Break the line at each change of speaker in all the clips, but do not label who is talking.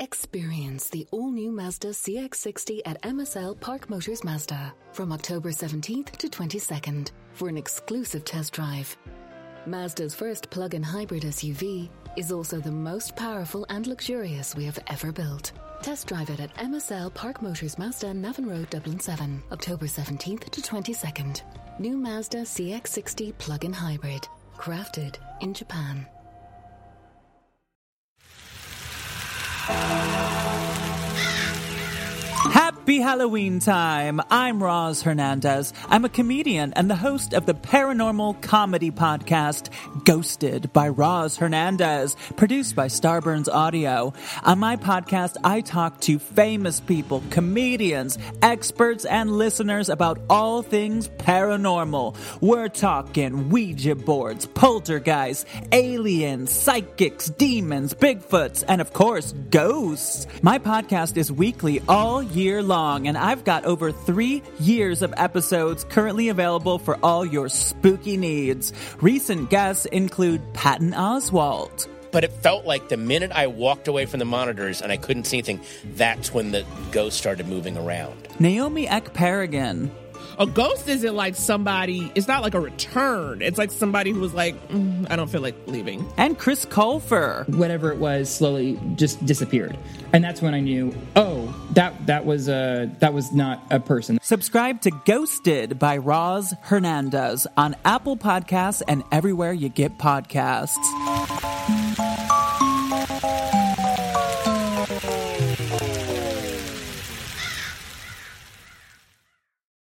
Experience the all new Mazda CX60 at MSL Park Motors Mazda from October 17th to 22nd for an exclusive test drive. Mazda's first plug in hybrid SUV is also the most powerful and luxurious we have ever built. Test drive it at MSL Park Motors Mazda Navan Road, Dublin 7, October 17th to 22nd. New Mazda CX60 plug in hybrid, crafted in Japan.
Happy Halloween time! I'm Roz Hernandez. I'm a comedian and the host of the paranormal comedy podcast Ghosted by Roz Hernandez, produced by Starburns Audio. On my podcast, I talk to famous people, comedians, experts, and listeners about all things paranormal. We're talking Ouija boards, poltergeists, aliens, psychics, demons, Bigfoots, and of course, ghosts. My podcast is weekly all year long, and I've got over three years of episodes currently available for all your spooky needs. Recent guests include Patton Oswalt.
But it felt like the minute I walked away from the monitors and I couldn't see anything, that's when the ghost started moving around.
Naomi Ekparagon.
A ghost isn't like somebody, it's not like a return. It's like somebody who was like, "Mm, I don't feel like leaving.
And Chris Colfer.
whatever it was slowly just disappeared and that's when i knew oh that that was uh that was not a person
Subscribe to Ghosted by Roz Hernandez on Apple Podcasts and everywhere you get podcasts.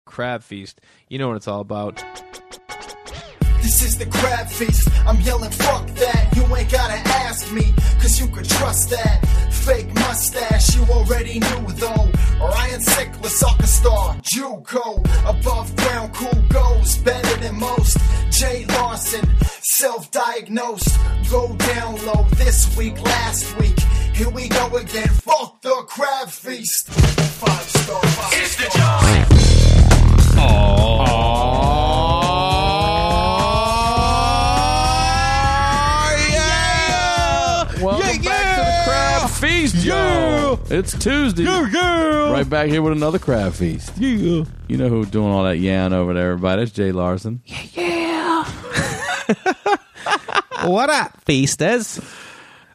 crab feast. You know what it's all about.
This is the crab feast. I'm yelling, fuck that. You ain't gotta ask me, cause you could trust that. Fake mustache, you already knew though. Ryan Sickler, soccer star, Juco. Above ground, cool goes, better than most. Jay Larson, self diagnosed. Go down low this week, last week. Here we go again, fuck the crab feast. Five star, five It's the job.
Oh,
Welcome back to the crab feast, y'all. It's Tuesday. Right back here with another crab feast. You know who's doing all that yan over there, everybody? It's Jay Larson.
What up, feasters?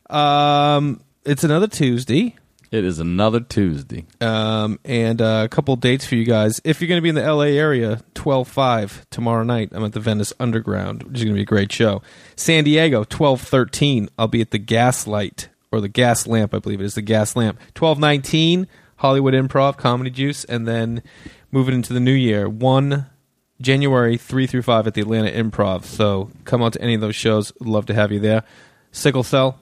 Um, it's another Tuesday,
It is another Tuesday.
um, and uh, a couple dates for you guys. If you're going to be in the LA area, 12 5 tomorrow night, I'm at the Venice Underground, which is going to be a great show. San Diego, 12 13, I'll be at the Gaslight, or the Gas Lamp, I believe it is the Gas Lamp. 12 19, Hollywood Improv, Comedy Juice, and then moving into the new year, 1 January 3 through 5 at the Atlanta Improv. So come out to any of those shows. Would Love to have you there. Sickle Cell,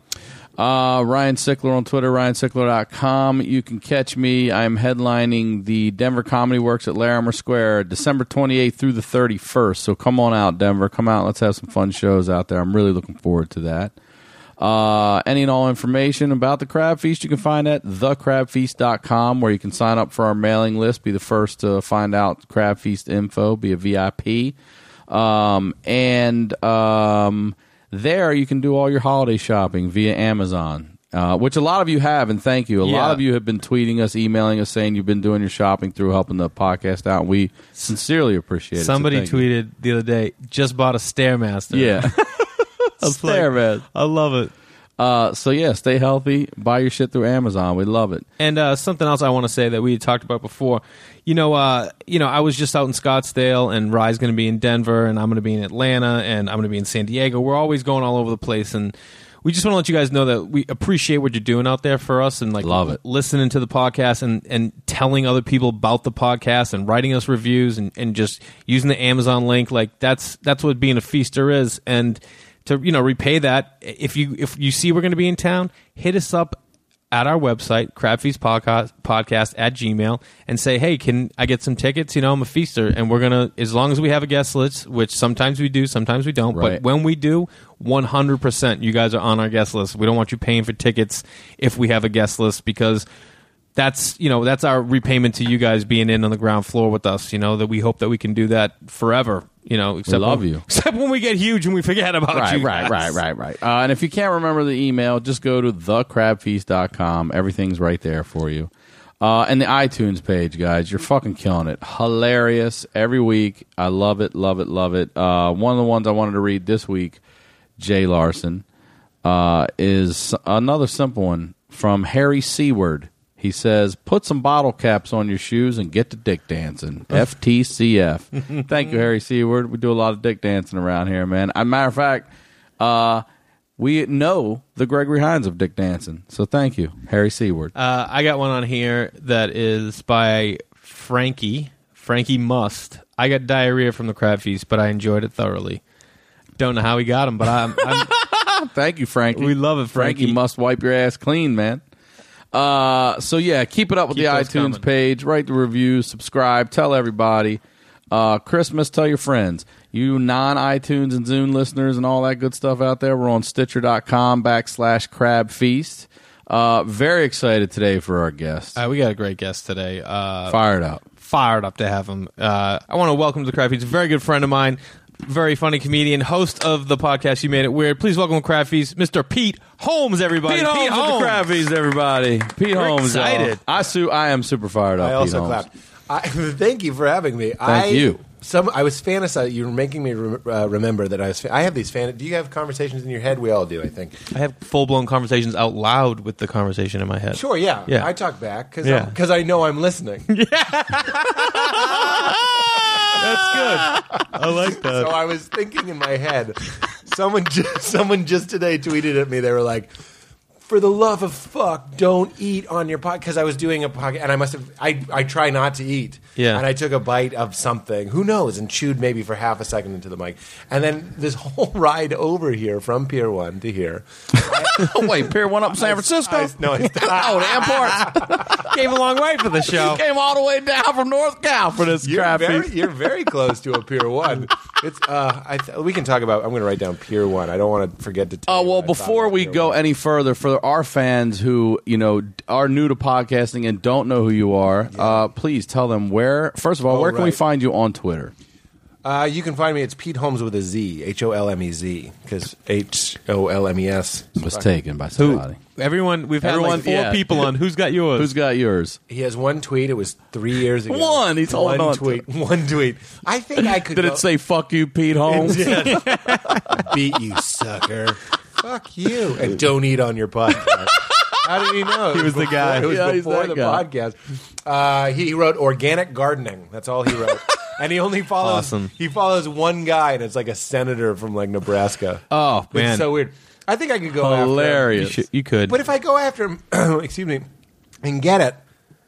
Uh, Ryan Sickler on Twitter, ryansickler.com. You can catch me. I'm headlining the Denver Comedy Works at Larimer Square December 28th through the 31st. So come on out, Denver. Come out. Let's have some fun shows out there. I'm really looking forward to that. Uh, any and all information about the Crab Feast you can find at thecrabfeast.com where you can sign up for our mailing list, be the first to find out Crab Feast info, be a VIP. Um, and um, there you can do all your holiday shopping via Amazon, uh, which a lot of you have, and thank you. A lot
Yeah.
of you have been tweeting us, emailing us, saying you've been doing your shopping through helping the podcast out. And we sincerely appreciate it. So
Somebody
thank you.
tweeted the other day, just bought a Stairmaster.
Yeah. Stare, man.
I love it.
Uh, so yeah, stay healthy. Buy your shit through Amazon. We love it.
And uh, something else I want to say that we had talked about before, you know, uh, you know, I was just out in Scottsdale, and Rye's going to be in Denver, and I'm going to be in Atlanta, and I'm going to be in San Diego. We're always going all over the place, and we just want to let you guys know that we appreciate what you're doing out there for us, and like
Love it.
listening to the podcast and and telling other people about the podcast and writing us reviews and and just using the Amazon link like that's that's what being a feaster is and to you know repay that if you if you see we're going to be in town hit us up at our website, crabfeastpodcast podcast at gmail, and say, hey, can I get some tickets? You know, I'm a feaster. And we're going to, as long as we have a guest list, which sometimes we do, sometimes we don't.
Right.
But when we do, 100% you guys are on our guest list. We don't want you paying for tickets if we have a guest list because that's you know that's our repayment to you guys being in on the ground floor with us you know that we hope that we can do that forever you know except
love
when,
you.
except when we get huge and we forget about
Right,
you
right,
guys.
right, right, right. Uh, and if you can't remember the email, just go to thecrabfeast.com. Everything's right there for you. Uh, and the iTunes page, guys, you're fucking killing it. Hilarious every week. I love it, love it, love it. Uh, one of the ones I wanted to read this week, Jay Larson, uh, is another simple one from Harry Seaward. He says, "Put some bottle caps on your shoes and get to dick dancing." FTCF. Thank you, Harry Seaward. We do a lot of dick dancing around here, man. As a matter of fact, uh, we know the Gregory Hines of dick dancing, so thank you, Harry Seaward.
Uh, I got one on here that is by Frankie. Frankie Must. I got diarrhea from the crab feast, but I enjoyed it thoroughly. Don't know how he got him, but I'm, I'm
Thank you, Frankie.
We love it, Frankie.
Frankie must wipe your ass clean, man. Uh, so yeah, keep it up with
Keep
the
those
iTunes
coming.
page. Write the reviews, subscribe, tell everybody. Uh, Christmas, tell your friends. You non iTunes and Zune listeners and all that good stuff out there, we're on Stitcher.com backslash Crab Feast. Uh, very excited today for our guest.
uh, we got a great guest today. Uh,
Fired up.
fired up to have him. Uh, I want to welcome to the Crab Feast. A very good friend of mine, very funny comedian, host of the podcast You Made It Weird. Please welcome to Crab Feast, Mr. Pete Holmes, everybody.
Pete Holmes of the Crab Feast, everybody. Pete
We're
Holmes. y'all.
excited.
I su- I am super fired up.
I
Pete
also
Holmes.
clapped. I, thank you for having me. I,
you.
Some I was fantasizing. You were making me re- uh, remember that I was. Fa- I have these fan. Do you have conversations in your head? We all do, I think.
I have full blown conversations out loud with the conversation in my head.
Sure, yeah.
Yeah.
I talk back because
Yeah.
I know I'm listening.
That's good. I like that.
so I was thinking in my head. Someone just, someone just today tweeted at me. They were like. For the love of fuck, don't eat on your podcast. Because I was doing a podcast, and I must have. I, I try not to eat.
Yeah.
And I took a bite of something. Who knows? And chewed maybe for half a second into the mic. And then this whole ride over here from Pier One to here,
Oh, wait, Pier 1 up in San Francisco?
I, no, I,
oh, the airport.
Came a long way for the show.
came all the way down from North Cal for this
You're
crap.
very, you're very close to a Pier One. It's, uh, I th- we can talk about. I'm going to write down Pier One. I don't want to forget to. tell
Uh,
you
well,
what I thought
before
about
we
Pier
go
One.
any further, for our fans who you know d- are new to podcasting and don't know who you are, uh, please tell them where. First of all,
Oh,
where can we
right.
find you on Twitter?
uh, you can find me. It's Pete Holmes with a Z, H O L M E Z, because H O L M E S.
Was taken by somebody.
Everyone, we've had
Everyone-
like four
yeah.
people on. Who's got yours?
Who's got yours?
He has one tweet. It was three years ago.
One, he's holding
one
on to
tweet. One tweet. I think I could.
Did
go-
it say "fuck you, Pete Holmes"?
beat you, sucker? Fuck you, and don't eat on your podcast. How did he know? He
was the guy.
It was
Yeah, he's
before the
that guy.
podcast. Uh, he wrote organic gardening. That's all he wrote. And he only follows
Awesome.
he follows one guy, and it's like a senator from like Nebraska.
Oh,
it's
man.
so weird. I think I could go
You,
Hilarious.
should- you
After
could.
him. But if I go after him, excuse me, and get it.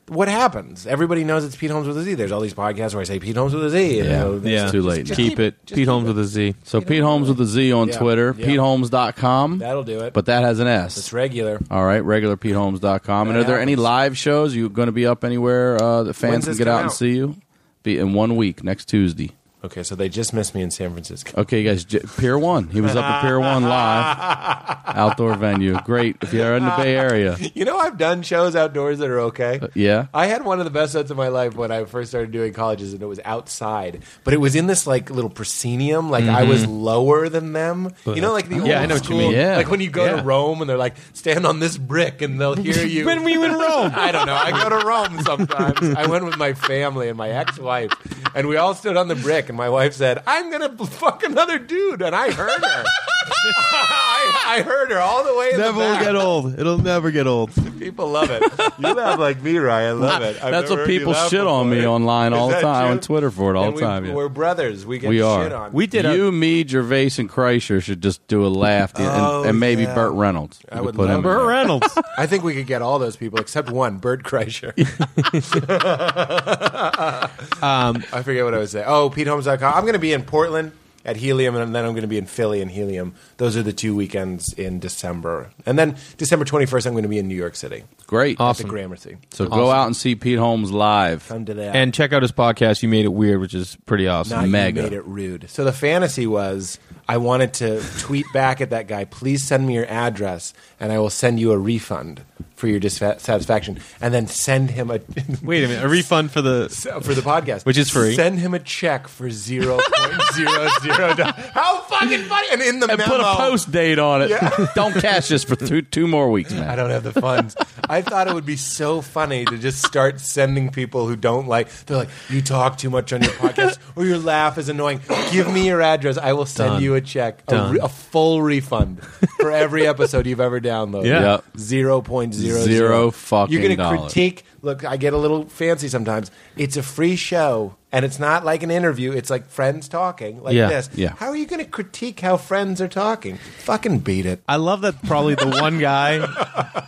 What happens? Everybody knows it's Pete Holmes with a Z. There's all these podcasts where I say Pete Holmes with a Z. and, you know,
Yeah,
yeah.
it's too late. now.
keep it.
just
Pete
keep
Holmes
it.
with a Z.
So Pete Holmes with a Z on
Yeah.
Twitter,
Yeah.
PeteHolmes.com.
That'll do it.
But that has an S.
It's regular.
All right, regularpeteholmes.com. And
That
are there any
happens.
live shows? You going to be up anywhere uh, that
When's
fans can
this
get
come
out and
out?
see you? Be in one week, next Tuesday.
Okay, so they just missed me in San Francisco.
Okay, guys, J- Pier One. He was up at Pier One live, outdoor venue. Great if you're in the Bay Area. Uh,
You know, I've done shows outdoors that are okay.
yeah?
I had one of the best sets of my life when I first started doing colleges, and it was outside, but it was in this like little proscenium. Like I was lower than them. You know, like the old
Mm-hmm. Yeah, I know what you
school,
mean. Yeah.
Like when you go
Yeah.
to Rome and they're like, stand on this brick, and they'll hear you.
When we were in Rome.
I don't know. I go to Rome sometimes. I went with my family and my ex-wife, and we all stood on the brick, and my wife said, "I'm gonna b- fuck another dude," and I heard her. I, I heard her all the way in
Never
the
will
back.
get old. It'll never get old.
People love it. You laugh like me, Ryan. I love it. I've never
That's what
heard you
people
laugh
shit on
before.
me online
Is
all the
that
time,
true?
on Twitter for it all
And we-
the time. yeah.
We're brothers. We get
We
shit
are.
on.
We did a-
You, me, Gervais, and Kreischer should just do a laugh, and,
Oh,
and maybe
yeah.
Burt Reynolds.
I
You
would
could put him
love
in
Burt
there.
Reynolds.
I think we could get all those people except one, Bert Kreischer.
Um,
Um, I forget what I was saying. Oh, PeteHolmes.com. I'm going to be in Portland at Helium, and then I'm going to be in Philly and Helium. Those are the two weekends in December, and then December 21st, I'm going to be in New York City.
Great.
Awesome. Gramercy.
So go out and see Pete Holmes live.
Come to that.
And check out his podcast. You made it weird, which is pretty awesome.
Now you made it rude. So the fantasy was I wanted to tweet back at that guy, please send me your address and I will send you a refund for your dissatisfaction. And then send him a
Wait a minute, a refund for the
for the podcast.
Which is free.
Send him a check for zero point zero zero dollars. How fucking funny and in the
and
memo,
put a post date on it.
Yeah.
Don't cash this for two two more weeks, man.
I don't have the funds. I thought it would be so funny to just start sending people who don't like. They're like, you talk too much on your podcast, or your laugh is annoying. Give me your address. I will send
Done.
you a check, a,
Done.
re- a full refund for every episode you've ever downloaded.
Yeah. Yep.
zero point zero
Zero fucking
You're gonna
dollars.
critique. Look, I get a little fancy sometimes. It's a free show. And it's not like an interview. It's like friends talking like
Yeah.
this.
Yeah.
How are you going to critique how friends are talking? Fucking beat it.
I love that probably the one guy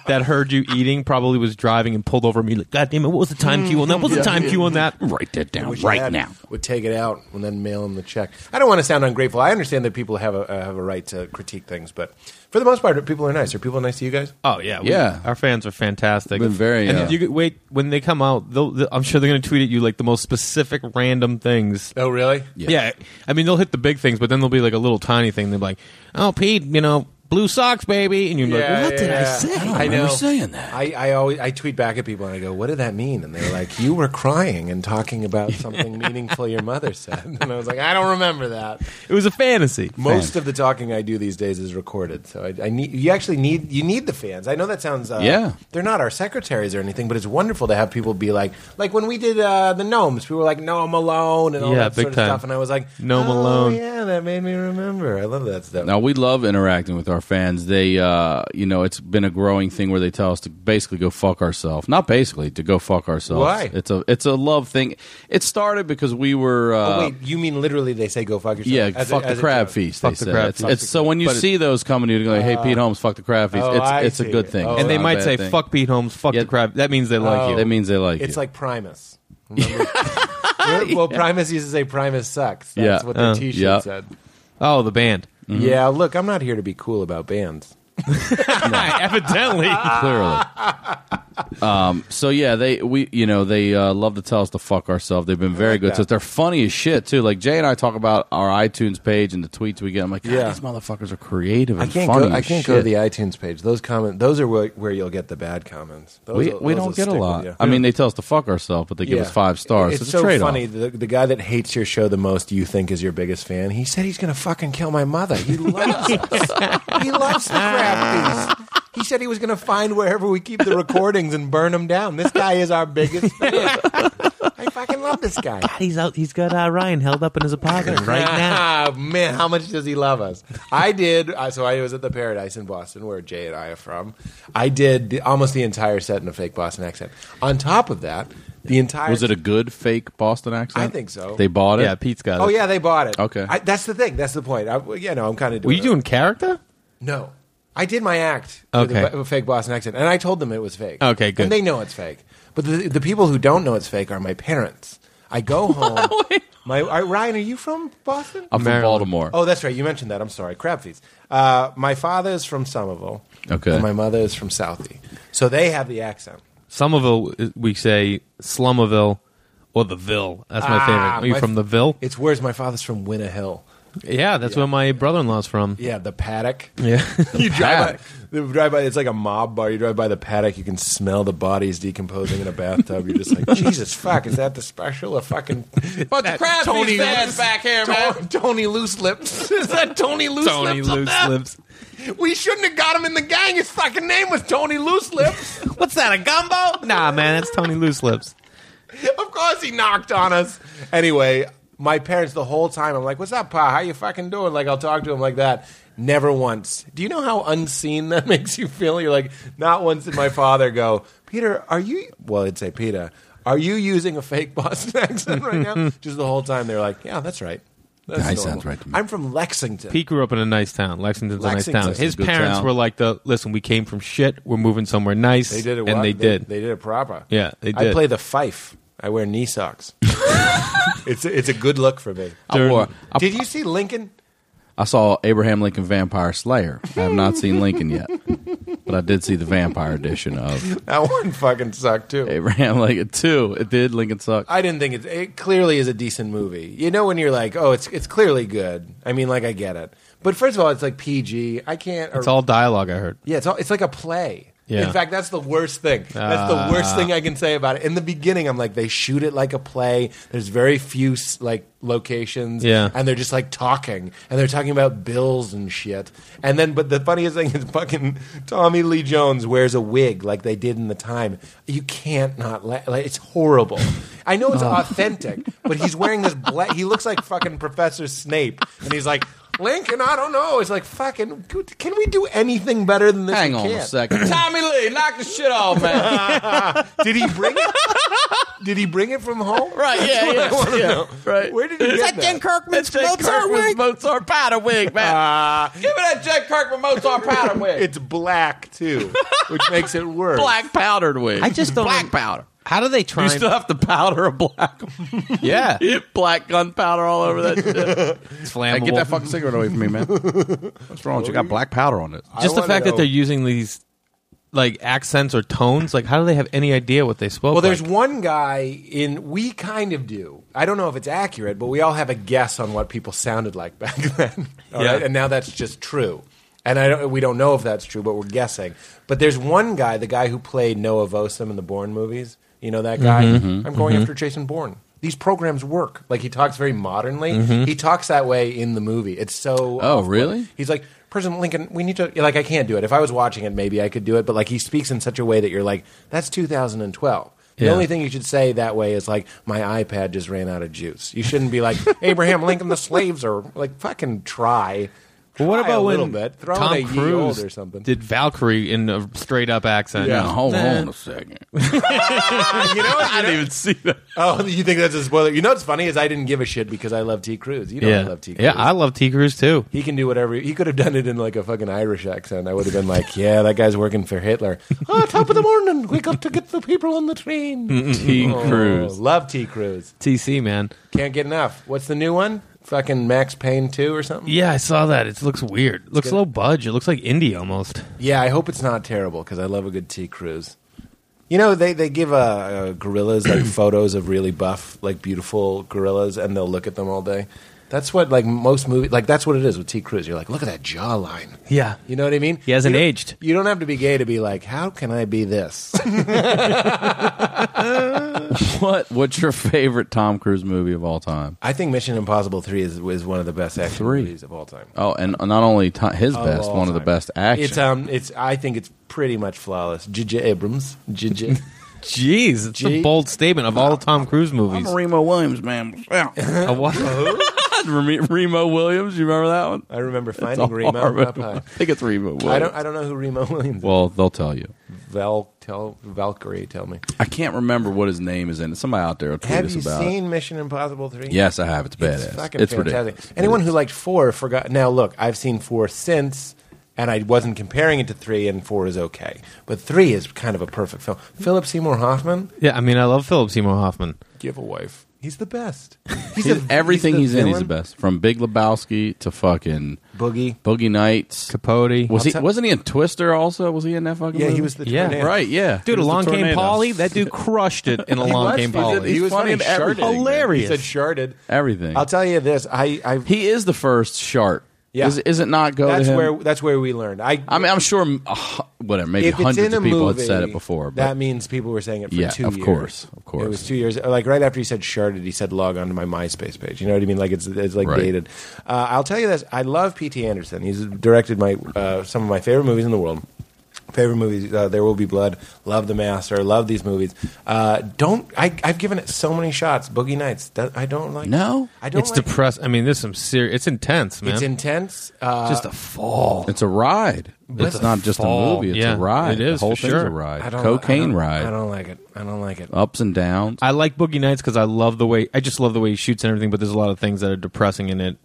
that heard you eating probably was driving and pulled over me like, God damn it, what was the
Mm.
time cue on that? What was the time cue on that?
Write that down
wish I
right
had
now.
Would take it out and then mail him the check. I don't want to sound ungrateful. I understand that people have a uh, have a right to critique things, but for the most part, people are nice. Are people nice to you guys?
Oh yeah, we-
Yeah.
Our fans are fantastic.
Been very,
And
uh,
you could wait when they come out. They'll, they'll- I'm sure they're going to tweet at you like the most specific random things.
Oh, really?
Yeah.
Yeah. I mean they'll hit the big things, but then there'll be like a little tiny thing. They're like, "Oh, Pete, you know, blue socks, baby," and you're like, "What did I say?"
I, know.
remember saying that.
I, I always I tweet back at people and I go, "What did that mean?" And they're like, "You were crying and talking about something meaningful your mother said." And I was like, "I don't remember that."
It was a fantasy.
Most of the talking I do these days is recorded, so I, I need you actually need you need the fans. I know that sounds uh,
Yeah.
They're not our secretaries or anything, but it's wonderful to have people be like like when we did uh, the gnomes. People were like Noah Malone and all
Yeah,
that
big
sort of
time.
stuff, and I was like
Noah
oh,
Malone.
Yeah, that made me remember. I love that stuff.
Now we love interacting with our fans. They, uh, you know, it's been a growing thing where they tell us to basically go fuck ourselves. Not basically to go fuck ourselves.
Why?
It's a it's a love thing. It started because we were. Uh,
oh, wait, you mean literally? They say go fuck yourself.
Yeah,
as a-
fuck
as
the
a
crab
joke.
feast.
Fuck
they
the
said.
crab
it's,
feast.
it's- so when you
But it-
see those coming, to you, you're like, "Hey, Pete Holmes, fuck the crab feast."
Oh,
it's
I
it's a
see.
good thing.
Oh,
It's
and they
not a
might
bad
say,
thing.
"Fuck Pete Holmes, fuck
Yeah. Oh.
the crap." That means they like you.
That means they like
It's
you.
like Primus. Remember? well, Primus used to say Primus sucks. That's
Yeah.
what their
Uh,
T-shirt
yeah. Mm-hmm.
said.
oh, the band.
Yeah, look, I'm not here to be cool about bands.
Evidently,
clearly. um, so yeah, they we you know they uh, love to tell us to fuck ourselves. They've been very good. So they're funny as shit too. Like Jay and I talk about our iTunes page and the tweets we get. I'm like, God,
Yeah.
these motherfuckers are creative
I
and
can't
funny.
go. I
as
can't go to
shit.
the iTunes page. Those comment. Those are where, where you'll get the bad comments. Those
we
will-
we
those will
don't get a
stick with
lot.
you.
I mean, they tell us to fuck ourselves, but they give
Yeah.
us five stars.
It's,
it's a
so
trade-off.
funny. The, the guy that hates your show the most, you think is your biggest fan. He said he's going to fucking kill my mother. He loves us. He loves the crap piece. He said he was going to find wherever we keep the recordings and burn them down. This guy is our biggest fan. I fucking love this guy.
he's out. He's got uh, Ryan held up in his apartment right now.
Ah, man, how much does he love us? I did. Uh, so I was at the Paradise in Boston, where Jay and I are from. I did the, almost the entire set in a fake Boston accent. On top of that, the entire
Was it a good fake Boston accent?
I think so.
They bought it.
Yeah, Pete's got it.
Oh yeah, they bought it.
Okay.
I, that's the thing. That's the point. I, yeah, no, I'm kind of.
Were you doing character?
No, I did my act.
Okay.
with a, a fake Boston accent, and I told them it was fake.
Okay, good.
And they know it's fake, but the, the people who don't know it's fake are my parents. I go home. my are, Ryan, are you from Boston?
I'm from
Maryland.
Baltimore.
Oh, that's right. You mentioned that. I'm sorry. Crab feeds. Uh, my father is from Somerville.
Okay.
And my mother is from Southie. So they have the accent.
Somerville, we say Slumerville or the Ville. That's my
Ah,
favorite. Are you
my-
from the Ville?
It's where's my father's from Winter Hill.
Yeah, that's where my brother-in-law's from.
Yeah, the paddock.
Yeah.
you drive
paddock.
by, you drive by. It's like a mob bar. You drive by the paddock. You can smell the bodies decomposing in a bathtub. You're just like, Jesus fuck, is that the special? A fucking bunch
That Tony Loose-
man. Tony Loose Lips. is that Tony Loose
Tony
Lips? up
Loose
there?
Lips.
We shouldn't have got him in the gang. His fucking name was Tony Loose Lips.
What's that, a gumbo? Nah, man, that's Tony Loose Lips.
of course he knocked on us. Anyway, my parents the whole time I'm like, "What's up, pa? How you fucking doing?" Like I'll talk to him like that. Never once. Do you know how unseen that makes you feel? You're like, not once did my father go, Peter, are you? Well, it'd say Peter, are you using a fake Boston accent right now? Just the whole time they're like, yeah, that's right. That's
That
normal.
sounds right to me.
I'm from Lexington.
Pete grew up in a nice town. Lexington's a nice
Lexington's
town. His
a good
parents
town.
were like, "The listen, we came from shit. We're moving somewhere nice."
They did it,
and
well.
they, did.
They did it proper.
Yeah, they
I
did.
play the fife. I wear knee socks. it's a, it's a good look for me.
I wore- I-
Did you see Lincoln?
I saw Abraham Lincoln Vampire Slayer. I have not seen Lincoln yet, but I did see the vampire edition of
That one fucking sucked too.
Abraham Lincoln 2. It did. Lincoln suck.
I didn't think it. It clearly is a decent movie. You know when you're like, oh, it's it's clearly good. I mean, like I get it. But first of all, it's like PG. I can't.
It's all dialogue. I heard.
Yeah, it's all, it's like a play.
Yeah.
In fact, that's the worst thing. That's
Ah.
the worst thing I can say about it. In the beginning, I'm like, they shoot it like a play. There's very few like locations,
Yeah.
and they're just like talking, and they're talking about bills and shit. And then, but the funniest thing is, fucking Tommy Lee Jones wears a wig like they did in the time. You can't not la- like it's horrible. I know
Oh.
it's authentic, but he's wearing this. Bla- he looks like fucking Professor Snape, and he's like. Lincoln, I don't know. It's like fucking. Can we do anything better than this?
Hang
We
on a
can't.
second. Tommy Lee, knock the shit off, man.
Did he bring it? did he bring it from home?
Right,
That's
yeah,
what
yeah,
I wanna
yeah,
know.
right.
Where did he
Is
get
that Jen Kirkman's Mozart wig? Mozart powder wig, man.
Uh,
Give me that Jack Kirkman Mozart powder wig.
it's black too, which makes it worse.
black powdered wig.
I just don't-
black powder.
How do they
You
try?
still have to powder a black,
yeah,
black gunpowder all over that shit.
it's flammable.
Hey, get that fucking cigarette away from me, man. What's wrong with you? Got black powder on it.
just
I
the
wanna
fact that
know-
they're using these like accents or tones. Like, how do they have any idea what they spoke?
Well, there's
like?
one guy in. We kind of do. I don't know if it's accurate, but we all have a guess on what people sounded like back then. All right,
Yeah.
and now that's just true. And I don't, we don't know if that's true, but we're guessing. But there's one guy, the guy who played Noah Vosim in the Bourne movies. You know that guy? I'm going after Jason Bourne. These programs work. Like he talks very modernly. He talks that way in the movie. It's so.
Oh,
off-putting.
really?
He's like, President Lincoln, we need to. Like, I can't do it. If I was watching it, maybe I could do it. But like, he speaks in such a way that you're like, that's 2012. The
Yeah.
only thing you should say that way is like, my iPad just ran out of juice. You shouldn't be like, Abraham Lincoln, the slaves are like, fucking try.
Well, what
Try
about
a
when
little bit? Throw in
Tom
a ye
Cruise
olde or something.
did Valkyrie in a straight up accent?
Yeah, hold on a second.
you know, what?
I didn't even see that.
oh, you think that's a spoiler? You know what's funny is I didn't give a shit because I love T. Cruz. You know I
Yeah,
love T. Cruz.
yeah, I love T Cruise too.
He can do whatever. He could have done it in like a fucking Irish accent. I would have been like, "Yeah, that guy's working for Hitler." oh, top of the morning, we got to get the people on the train.
T. Cruz.
Oh, love T. Cruz.
TC man.
Can't get enough. What's the new one? Fucking Max Payne two or something.
Yeah, I saw that. It looks weird. It looks low budge. It looks like indie almost.
Yeah, I hope it's not terrible because I love a good T. Cruz. You know, they they give uh, uh, gorillas like photos of really buff, like beautiful gorillas, and they'll look at them all day. That's what like most movies like that's what it is with T. Cruz. You're like, look at that jawline.
Yeah.
You know what I mean?
He hasn't
You don't-
aged.
You don't have to be gay to be like, how can I be this?
What? What's your favorite Tom Cruise movie of all time?
I think Mission Impossible 3 is, is one of the best action movies of all time.
Oh, and not only to- his
Of
best,
all
one of the
time.
best action.
It's um, it's. I think it's pretty much flawless. J.J. Abrams, J.J.
Jeez, it's
Gee.
a bold statement of all Tom Cruise movies.
Remo Williams, man.
A what?
Remo Williams, you remember that one?
I remember
It's
finding
a
Remo
horrible
up
one. I
high.
think it's Remo Williams.
I don't. I don't know who Remo Williams. is.
well, they'll tell you.
Val, tell Valkyrie, tell me.
I can't remember what his name is in it. Somebody out there will tweet
Have
us
you
about
seen Mission Impossible Three?
it. Yes, I have. It's
It's
badass. It's,
fucking fantastic.
ridiculous.
Anyone
It
who
is.
liked four forgot. Now look, I've seen four since, and I wasn't comparing it to three, and four is okay, but three is kind of a perfect film. Philip Seymour Hoffman,
yeah, I mean, I love Philip Seymour Hoffman.
give a wife. He's the best. He's,
He's- everything he's, in, he's the
villain.
best. From Big Lebowski to fucking
Boogie.
Boogie Nights.
Capote.
Was he?
tell-
wasn't he in Twister? Also, was he in that fucking?
Yeah,
movie?
he was the
Yeah.
tornado.
right. Yeah,
Dude,
He was the
along came
tornado.
Polly. That dude crushed it in along
was-
came
he was-
Polly.
he was funny
in
in
everything,
everything,
man.
Hilarious.
He said sharded.
Everything.
I'll tell you this. I. I
He is the first shark.
Yeah.
Is, is it not go
that's
to him?
where. That's where we learned. I.
I mean, I'm sure, uh, whatever, maybe
if it's
hundreds
in a
of people
movie,
had said it before. But
that means people were saying it for
Yeah,
two
of
years.
course, of course.
It was two years. Like right after he said sharded, he said log onto my MySpace page. You know what I mean? Like it's, it's like
Right.
dated. Uh, I'll tell you this. I love P.T. Anderson. He's directed my uh, some of my favorite movies in the world. Favorite movies: uh, There Will Be Blood, Love the Master, love these movies. Uh, don't I, I've given it so many shots. Boogie Nights. That, I don't like.
No?
I don't.
It's
like,
depressing. I mean, there's some serious. It's intense, man.
It's intense. Uh,
just a fall.
it's a ride. It's not just
fall.
a movie. It's
Yeah,
a ride.
it is,
The whole
for
thing's
sure.
a ride.
I don't,
Cocaine
I don't-
ride.
I don't like it. I don't like it.
Ups and downs.
I like Boogie Nights because I love the way I just love the way he shoots and everything. But there's a lot of things that are depressing in it.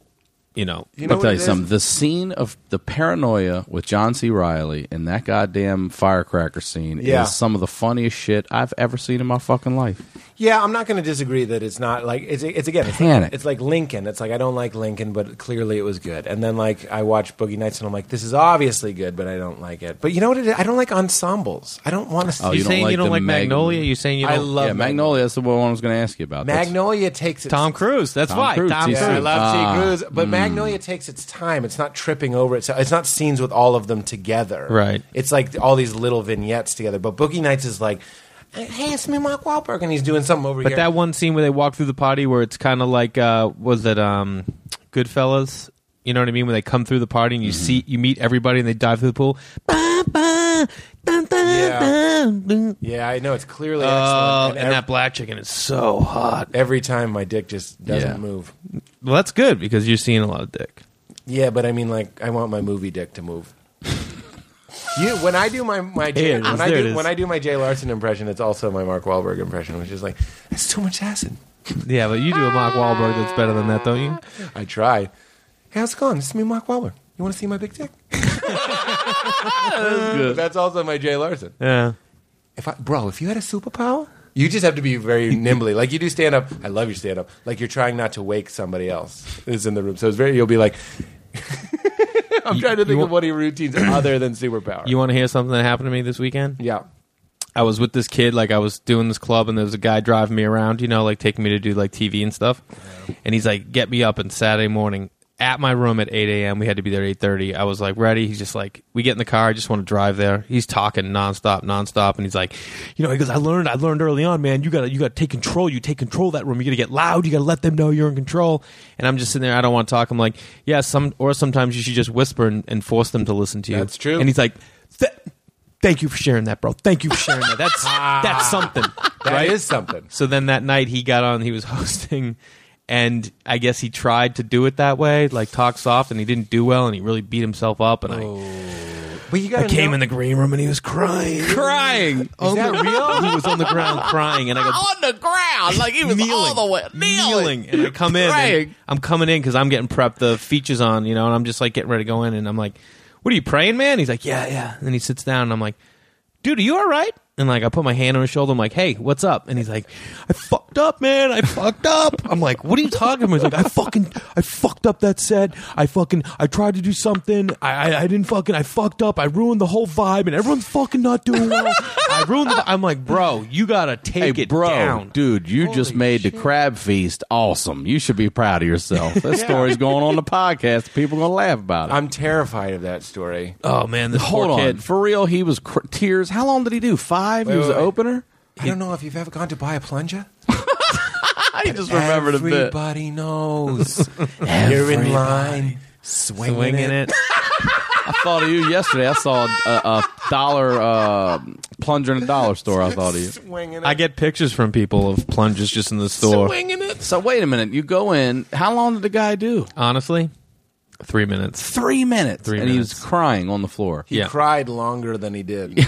You know,
You know
I'll
what
tell
it
you
is?
something. The scene of the paranoia with John C. Riley in that goddamn firecracker scene
Yeah.
is some of the funniest shit I've ever seen in my fucking life.
Yeah, I'm not going to disagree that it's not like it's it's again it's
Panic.
like, it's like Lincoln. It's like I don't like Lincoln, but clearly it was good. And then like I watch Boogie Nights and I'm like, this is obviously good, but I don't like it. But you know what? It is? I don't like ensembles. I don't want to.
Oh,
see
you don't like the Mag-
You saying you
I
don't?
love
yeah, Magnolia. That's the one I was going to ask you about. That's-
Magnolia takes its
Tom Cruise. That's
Tom
why
Cruise,
Tom
he's-
Cruise.
Yeah, I love
Ah,
T. Cruise,
Mm.
but Magnolia takes its time. It's not tripping over itself. It's not scenes with all of them together.
Right.
It's like all these little vignettes together. But Boogie Nights is like, hey, it's me, Mark Wahlberg, and he's doing something over
But
here.
that one scene where they walk through the potty, where it's kind of like, uh, was it um, Goodfellas? You know what I mean? When they come through the party and you see, you meet everybody, and they dive through the pool. Ba, ba, dun, dun,
Yeah.
dun, dun.
yeah, I know. It's clearly
Oh,
excellent.
and that black chicken is so hot.
every time my dick just doesn't
Yeah.
move.
Well, that's good because you're seeing a lot of dick.
Yeah, but I mean, like, I want my movie dick to move. you when I do my my
Here
J,
it is,
when I
there it
do
is.
when I do my Jay Larson impression, it's also my Mark Wahlberg impression, which is like, that's too much acid.
Yeah, but you do a Mark Wahlberg that's better than that, don't you?
I try. Hey, how's it going? This is me, Mark Wahlberg. You want to see my big dick? That's also my Jay Larson.
Yeah.
If I, bro, if you had a superpower, you just have to be very nimbly. Like you do stand up. I love your stand up. Like you're trying not to wake somebody else who's in the room. So it's very. You'll be like, I'm trying to think of what he routines other than superpower.
You want to hear something that happened to me this weekend?
yeah.
I was with this kid, like I was doing this club, and there was a guy driving me around, you know, like taking me to do like TV and stuff. And he's like, "Get me up on Saturday morning at my room at 8 a.m. We had to be there at 8:30. I was like, ready. He's just like, we get in the car. I just want to drive there. He's talking nonstop, nonstop, and he's like, you know, he goes, I learned, I learned early on, man. You gotta, you gotta take control. You take control of that room. You gotta get loud. You gotta let them know you're in control. And I'm just sitting there. I don't want to talk. I'm like, yeah, some or sometimes you should just whisper and, and force them to listen to you.
That's true.
And he's like. "Th- Thank you for sharing that, bro. Thank you for sharing that. That's that's something.
Ah. that is something.
So then that night he got on, he was hosting, and I guess he tried to do it that way, like talk soft, and he didn't do well, and he really beat himself up. And
Oh. But you
I,
got
I came in the green room and he was crying, crying. Is
that real? Oh,
He was on the ground crying, and I go
on the ground, like he was
kneeling,
all the way
kneeling, and I come in, and
Praying.
I'm coming in because I'm getting prepped, the features on, you know, and I'm just like getting ready to go in, and I'm like, "What are you praying, man?" He's like, "Yeah, yeah," and then he sits down, and I'm like, "Dude, are you all right?" And like, I put my hand on his shoulder, I'm like, "Hey, what's up?" And he's like, "I fucked up, man. I fucked up." I'm like, "What are you talking about?" He's like, "I fucking, I fucked up that set. I fucking, I tried to do something. I, I, I didn't fucking, I fucked up. I ruined the whole vibe, and everyone's fucking not doing well. I ruined. The, I'm like, bro, you gotta take
Hey,
it
bro,
down,
dude, you just made the crab feast awesome. You should be proud of yourself. That story's going on the podcast. People are going to laugh about it.
I'm terrified of that story.
Oh man, this
Hold
poor
on.
kid.
For real, he was cr- tears. How long did he do? Five? he
Wait,
was
wait,
the
wait.
opener?
I don't know if you've ever gone to buy a plunger.
I just
Everybody knows. You're in line, swinging,
Swinging
it.
it.
I thought of you yesterday. I saw a, a dollar uh, plunger in a dollar store. I thought of you.
Swinging it.
I get pictures from people of plunges just in the store.
swinging it.
So wait a minute. You go in. How long did the guy do?
Honestly, three minutes.
Three minutes.
Three
and
minutes.
he was crying on the floor.
He
Yeah.
cried longer than he did.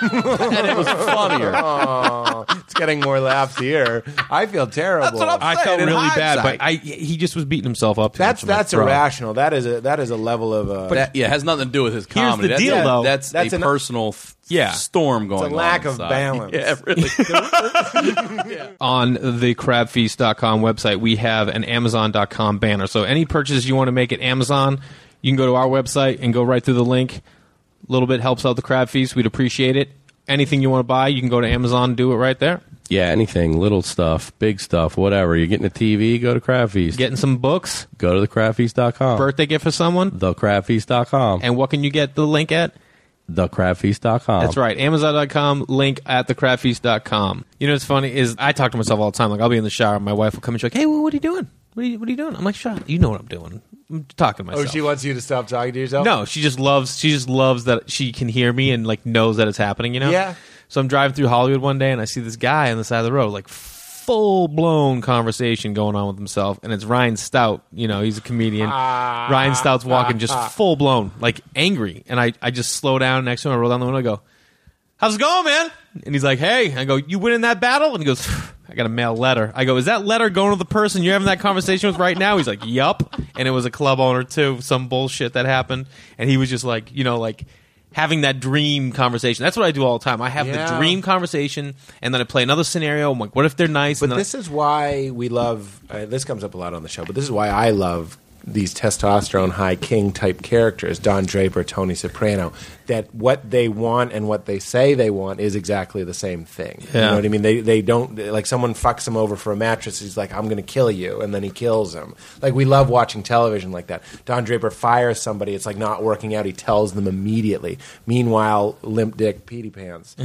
And it was funnier.
oh, it's getting more laughs here. I feel terrible.
what I'm
I felt
in
really bad,
hindsight.
but I he just was beating himself up. too
that's
much. I'm like,
that's
bro.
irrational. That is a that is a level of uh,
That, yeah, it has nothing to do with his comedy.
the
That's-
deal,
that-
though.
That's,
That's
a
an-
personal th-
Yeah.
storm going on.
lack of
inside.
balance.
Yeah, it really.
On the crabfeast.com website, we have an Amazon.com banner. So any purchase you want to make at Amazon, you can go to our website and go right through the link. A little bit helps out the crab feast. We'd appreciate it. Anything you want to buy, you can go to Amazon, do it right there.
yeah, anything, little stuff, big stuff, whatever. You're getting a TV, go to Crab Feast.
Getting some books,
go to the crabfeast.com.
birthday gift for someone,
the crabfeast.com.
and what can you get the link at?
the crabfeast.com.
That's right. Amazon.com, link at thecraftfeast.com. You know what's funny is I talk to myself all the time. Like, I'll be in the shower, and my wife will come and she's like, hey, well, what are you doing? What are you, what are you doing? I'm like, shut up. You know what I'm doing. I'm talking to
oh,
myself.
she wants you to stop talking to yourself.
no, she just loves, she just loves that she can hear me and, like, knows that it's happening, you know?
Yeah.
So I'm driving through Hollywood one day, and I see this guy on the side of the road, like, full blown conversation going on with himself. And it's Ryan Stout. You know, he's a comedian.
Ah.
Ryan Stout's walking just full blown, like, angry. And I, I just slow down next to him, I roll down the window, I go, how's it going, man? And he's like, hey. I go, you winning that battle? And he goes, I got a mail letter. I go, is that letter going to the person you're having that conversation with right now? He's like, yup. And it was a club owner too, some bullshit that happened. And he was just like, you know, like, having that dream conversation. That's what I do all the time. I have the
Yeah.
dream conversation, and then I play another scenario. I'm like, what if they're nice?
But
and then I-
this is why we love. Uh, this comes up a lot on the show, but this is why I love these testosterone high king type characters, Don Draper, Tony Soprano. That what they want and what they say they want is exactly the same thing. You
Yeah.
know what I mean? They they don't like someone fucks him over for a mattress. He's like, I'm going to kill you, and then he kills him. Like we love watching television like that. Don Draper fires somebody. It's like not working out. He tells them immediately. Meanwhile, limp dick Petey Pants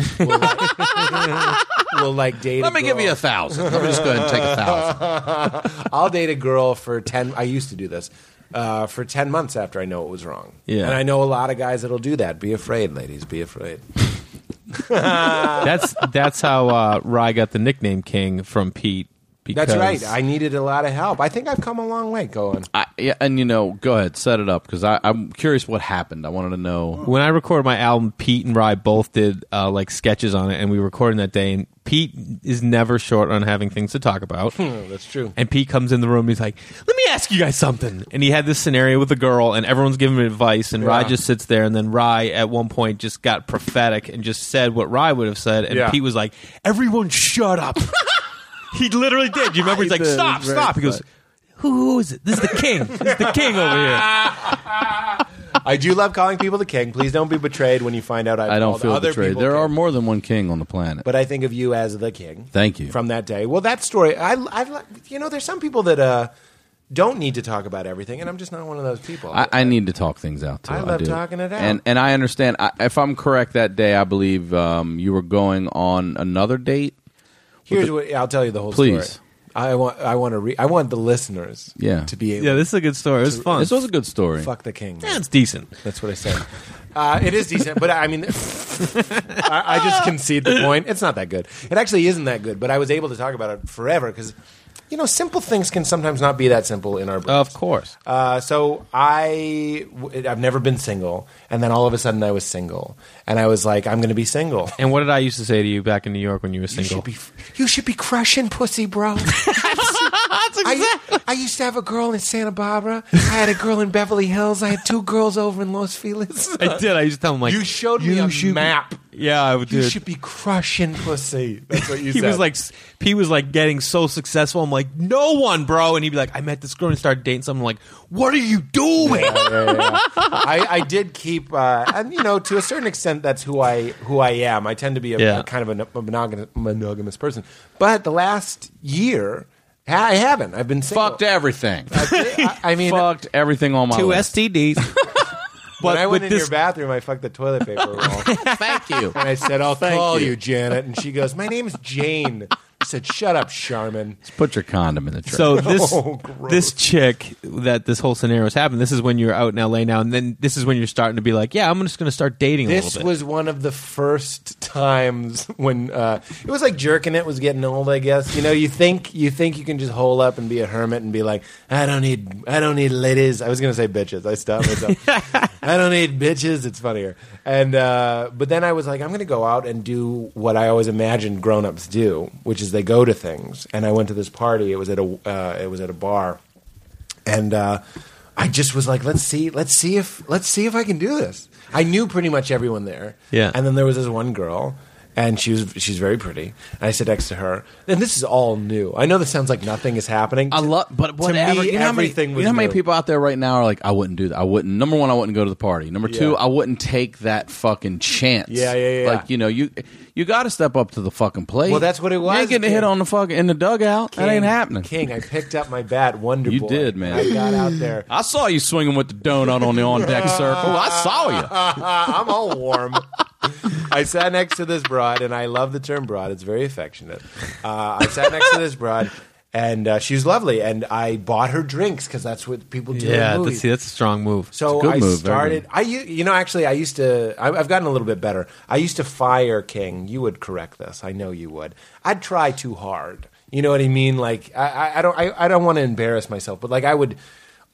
will like date.
Let me give you a
thousand.
Let me just go ahead and take a
thousand. I'll date a girl for ten. I used to do this uh, for ten months after I know it was wrong.
Yeah.
and I know a lot of guys that'll do that. Be afraid, ladies. Be afraid.
that's that's how uh, Rye got the nickname King from Pete. Because
That's right. I needed a lot of help. I think I've come a long way. Going.
I, yeah, and you know, go ahead, set it up because I'm curious what happened. I wanted to know.
when I recorded my album, Pete and Rye both did uh, like sketches on it, and we were recording that day. And Pete is never short on having things to talk about.
Oh, That's true.
And Pete comes in the room. and He's like, "Let me ask you guys something." And he had this scenario with a girl, and everyone's giving him advice, and Rye
Yeah.
just sits there. And then Rye, at one point, just got prophetic and just said what Rye would have said. And
Yeah.
Pete was like, "Everyone, shut up." he literally did. You remember? He's like,
did,
"Stop,
right,
stop." He goes,
right.
"Who who is it? This is the king. This is the king over here."
I do love calling people the king. Please don't be betrayed when you find out I've
I don't
called
feel
other
betrayed.
people
There
king.
are more than one king on the planet.
but I think of you as the king.
Thank you.
From that day. Well, that story, I, I, you know, there's some people that uh, don't need to talk about everything, and I'm just not one of those people.
I, I need to talk things out too.
I love
do.
talking it out.
and and I understand. I, if I'm correct, that day I believe um, you were going on another date.
Here's what I'll tell you the whole
Please.
story. I want, I want to, re- I want the listeners,
Yeah.
to be able.
Yeah, this is a good story. It was fun.
This was a good story.
Fuck the king.
Yeah, it's decent.
That's what I said. Uh, it is decent, but I mean, I, I just concede the point. It's not that good. It actually isn't that good, but I was able to talk about it forever because, you know, simple things can sometimes not be that simple in our brains.
Of course.
Uh, so I, w- I've never been single, and then all of a sudden I was single, and I was like, I'm going to be single.
And what did I used to say to you back in New York when you were
You
single?
should be, you should be crushing pussy, bro. I, I used to have a girl in Santa Barbara. I had a girl in Beverly Hills. I had two girls over in Los Feliz.
I did. I used to tell him like
you showed me a
should-
map.
Yeah, I would.
You
dude.
should be crushing pussy. That's what you
he
said.
was like, he was like getting so successful. I'm like, no one, bro. And he'd be like, I met this girl and started dating someone. I'm like, what are you doing?
Yeah, yeah, yeah. I, I did keep, uh, and you know, to a certain extent, that's who I who I am. I tend to be a,
Yeah.
a kind of a, no- a monogamous, monogamous person. But the last year, I haven't. I've been single.
Fucked everything.
I, I mean,
Fucked everything on my
Two
list.
STDs.
when I
with
went in your bathroom, I fucked the toilet paper roll.
Thank you.
And I said, I'll
Thank
call
you.
you. Janet. And she goes, My name's Jane. I said, Shut up, Charmin.
Put your condom in the trash.
So this
Oh, gross.
this chick that this whole scenario has happened. This is when you're out in LA now, and then this is when you're starting to be like, yeah, I'm just going to start dating. a
This
little bit.
was one of the first times when uh, it was like jerking it was getting old, I guess. You know, you think you think you can just hole up and be a hermit and be like, I don't need I don't need ladies. I was gonna say bitches. I stopped myself. I don't need bitches, it's funnier. And uh, but then I was like, I'm gonna go out and do what I always imagined grown ups do, which is they go to things. And I went to this party, it was at a uh, it was at a bar and uh, I just was like, let's see, let's see if let's see if I can do this. I knew pretty much everyone there.
Yeah.
And then there was this one girl, and she was she's very pretty. And I sit next to her, and this is all new. I know this sounds like nothing is happening.
I love, but
To
whatever.
me,
you know how many,
everything
you
was
know how many
new.
people out there right now are like, I wouldn't do that. I wouldn't. Number one, I wouldn't go to the party. Number two,
Yeah.
I wouldn't take that fucking chance.
Yeah, yeah, yeah.
Like you know, you you got to step up to the fucking plate.
Well, that's what it
You
was,
ain't getting hit
King.
on the fucking in the dugout. that ain't happening.
King, I picked up my bat, Wonder
You
Boy.
did, man.
I got out there.
I saw you swinging with the donut on the on deck circle. I saw you.
I'm all warm. I sat next to this broad, and I love the term broad. It's very affectionate. Uh, I sat next to this broad, and uh, she was lovely. And I bought her drinks because that's what people do.
yeah,
in
that's,
movies.
see, that's a strong move.
So
It's a good
I
move, very
started.
good.
I u- you know actually I used to. I, I've gotten a little bit better. I used to fire King. You would correct this. I know you would. I'd try too hard. You know what I mean? Like I, I, I don't. I, I don't want to embarrass myself, but like I would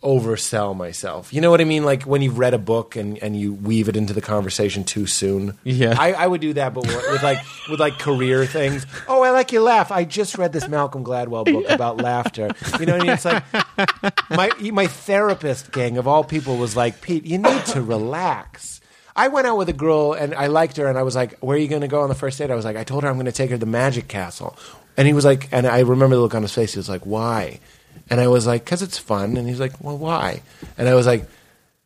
oversell myself. You know what I mean? Like when you've read a book and, and you weave it into the conversation too soon.
Yeah.
I, I would do that, but with with, like with like career things. Oh, I like your laugh. I just read this Malcolm Gladwell book about laughter. You know what I mean? It's like my my therapist gang of all people was like, Pete, you need to relax. I went out with a girl and I liked her, and I was like, "Where are you going to go on the first date?" I was like, "I told her I'm going to take her to the Magic Castle," and he was like, and I remember the look on his face. He was like, "Why?" And I was like, "Cause it's fun." And he's like, "Well, why?" And I was like,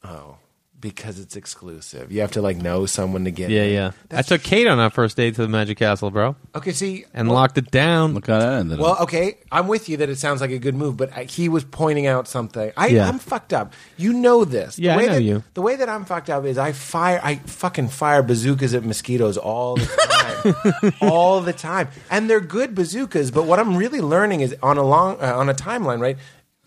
"Oh, because it's exclusive. You have to like know someone to get."
Yeah,
in."
yeah. I took Kate on our first date to the Magic Castle, bro,
Okay, see,
and locked it down.
Look how that ended.
Well, okay, I'm with you that it sounds like a good move, but I, he was pointing out something. I,
Yeah.
I'm fucked up. You know this.
Yeah, I know
that,
you.
The way that I'm fucked up is I fire, I fucking fire bazookas at mosquitoes all the time, all the time, and they're good bazookas. But what I'm really learning is on a long, uh, on a timeline, right?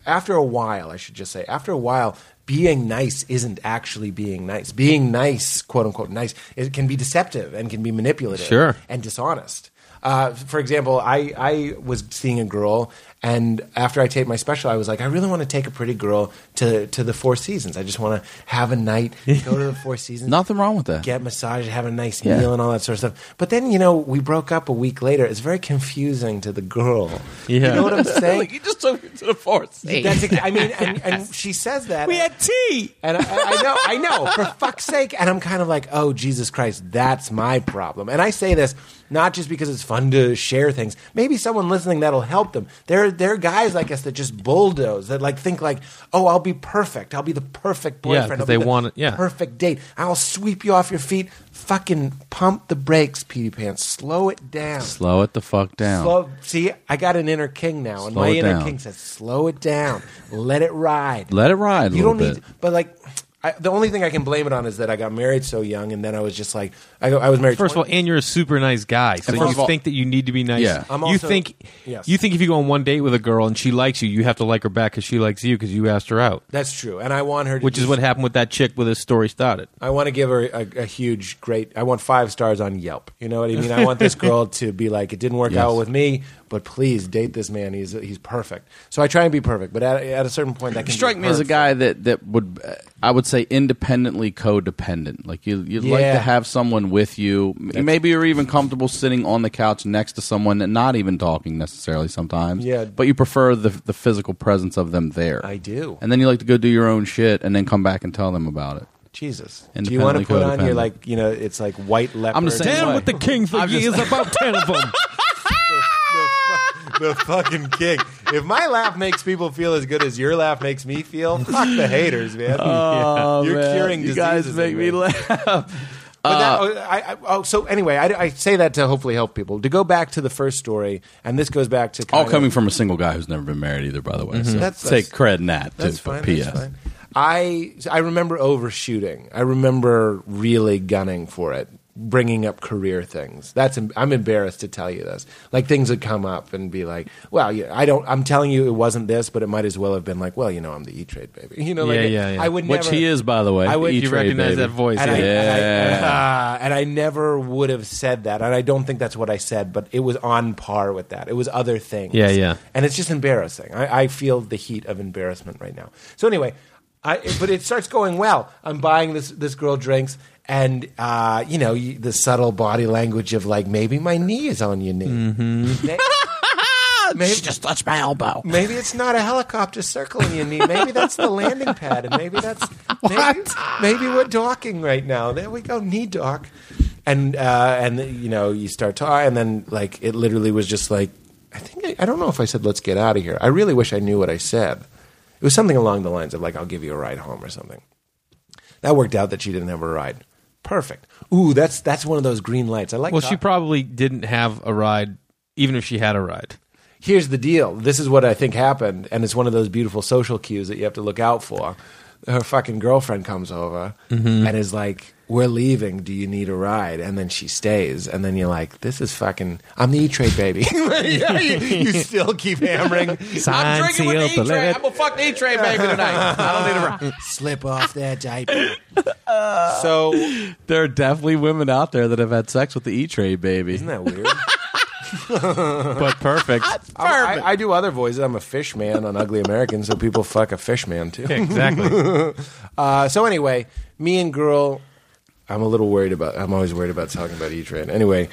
After a while, I should just say, after a while. Being nice isn't actually being nice. Being nice, quote unquote, nice, it can be deceptive and can be manipulative
Sure.
and dishonest. Uh, for example, I, I was seeing a girl, and after I taped my special, I was like, I really want to take a pretty girl to, to the Four Seasons. I just want to have a night, go to the Four Seasons,
Nothing wrong with that.
get massaged, have a nice
Yeah.
meal, and all that sort of stuff. But then, you know, we broke up a week later. It's very confusing to the girl.
Yeah.
You know what I'm saying?
you just took me to the forest.
That's ex- I mean, and, and she says that.
We had tea.
And I, I know, I know, for fuck's sake. And I'm kind of like, oh, Jesus Christ, that's my problem. And I say this not just because it's fun to share things. Maybe someone listening that'll help them. There, there are guys like us that just bulldoze, that like think like, oh, I'll be perfect. I'll be the perfect
Yeah,
boyfriend.
'cause
I'll be
they
the
want it- yeah.
perfect date. I'll sweep you off your feet. Fucking pump the brakes, Petey Pants. Slow it down.
Slow it the fuck down.
Slow, see, I got an inner king now, and
Slow
my
it
inner
down.
king says, "Slow it down, let it ride,
Let it ride a
you don't
little
need,
bit.
but like, I, the only thing I can blame it on is that I got married so young, and then I was just like, I, go- I was married.
First of all,
20
and you're a super nice guy, so
And first
you
of all-
think that you need to be nice.
Yeah.
I'm
you
also-
think
Yes.
you think if you go on one date with a girl and she likes you, you have to like her back because she likes you because you asked her out,
that's true, and I want her, to
which is
just-
what happened with that chick with his story started.
I want to give her a, a huge, great. I want five stars on Yelp. You know what I mean? I want this girl to be like, it didn't work out with me, but please date this man. He's he's perfect. So I try and be perfect, but at, at a certain point, that can
You strike
be
me as a
hurtful.
guy that that would uh, I would say independently codependent. Like you, you'd like
Yeah.
to have someone with you. M- Maybe you're even comfortable sitting on the couch next to someone and not even talking necessarily sometimes.
Yeah.
but you prefer the the physical presence of them there.
I do.
And then you like to go do your own shit and then come back and tell them about it.
Jesus, do you want to put
Independently
on your
codependent.
like, you know, it's like white leopard.
I'm the same
Down
way.
with the king for
I'm just-
years, about ten of them.
the fucking king. If my laugh makes people feel as good as your laugh makes me feel, fuck the haters, man. You're curing
Oh, you
diseases.
guys
in
make me laugh.
But that, oh, I, I, oh, so anyway, I, I say that to hopefully help people. To go back to the first story, and this goes back to
All
kind of-
coming from a single guy who's never been married either. By the way, so
Mm-hmm. That's-
take cred in that.
That's
too,
fine.
but
That's
P.S.
fine. I I remember overshooting. I remember really gunning for it, bringing up career things. That's em- I'm embarrassed to tell you this. Like things would come up and be like, "Well, yeah, I don't." I'm telling you, it wasn't this, but it might as well have been like, "Well, you know, I'm the E Trade baby." You know, like
Yeah, yeah, yeah.
I would
Which
never-
he is, by the way.
I would-
E-Trade
You
recognize
baby.
that voice,
and,
yeah.
I, and,
Yeah.
I, uh, and I never would have said that. And I don't think that's what I said, but it was on par with that. It was other things.
Yeah, yeah.
And it's just embarrassing. I, I feel the heat of embarrassment right now. So anyway, I, but it starts going well. I'm buying this this girl drinks. And uh, you know you- the subtle body language of like maybe my knee is on your knee. May- Maybe, uh, just touched my elbow. Maybe it's not a helicopter circling your knee. Maybe that's the landing pad, and maybe that's Maybe, maybe we're talking right now. There we go, knee doc. And uh, and you know you start talking, and then like it literally was just like I think I, I don't know if I said let's get out of here. I really wish I knew what I said. It was something along the lines of like I'll give you a ride home or something. That worked out that she didn't have a ride. Perfect. Ooh, that's that's one of those green lights. I like.
Well, she
talk-
probably didn't have a ride, even if she had a ride.
here's the deal. This is what I think happened, and it's one of those beautiful social cues that you have to look out for. Her fucking girlfriend comes over
Mm-hmm.
and is like, "We're leaving. Do you need a ride?" And then she stays, and then you're like, "This is fucking. I'm the E Trade baby. Yeah, you, you still keep hammering.
Sign, seal, delivered.
a fucking E Trade baby tonight. I don't need a ride. Slip off that diaper. so isn't
There are definitely women out there that have had sex with the E Trade baby.
that weird?
but perfect.
I, I, I do other voices. I'm a fish man on Ugly American, so people fuck a fish man too.
exactly.
Uh, so anyway, me and girl, I'm a little worried about. I'm always worried about talking about E Train. Anyway,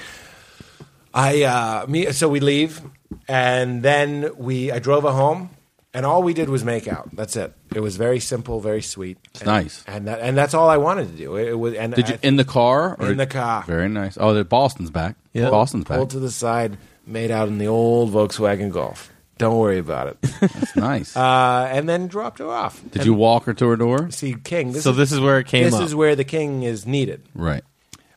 I uh, me so we leave, and then we I drove her home, and all we did was make out. That's it. It was very simple, very sweet. And-
nice.
and that and that's all I wanted to do. It, it was. And
Did you
I-
in the car?
In the car.
Very nice. Oh, the Boston's back. Yeah, Boston's back.
pulled to the side, made out in the old Volkswagen Golf. Don't worry about it. That's
nice.
Uh, and then dropped her off.
Did you walk her to her door?
See, King. This
So this is where it came
This
up.
is where the King is needed.
Right.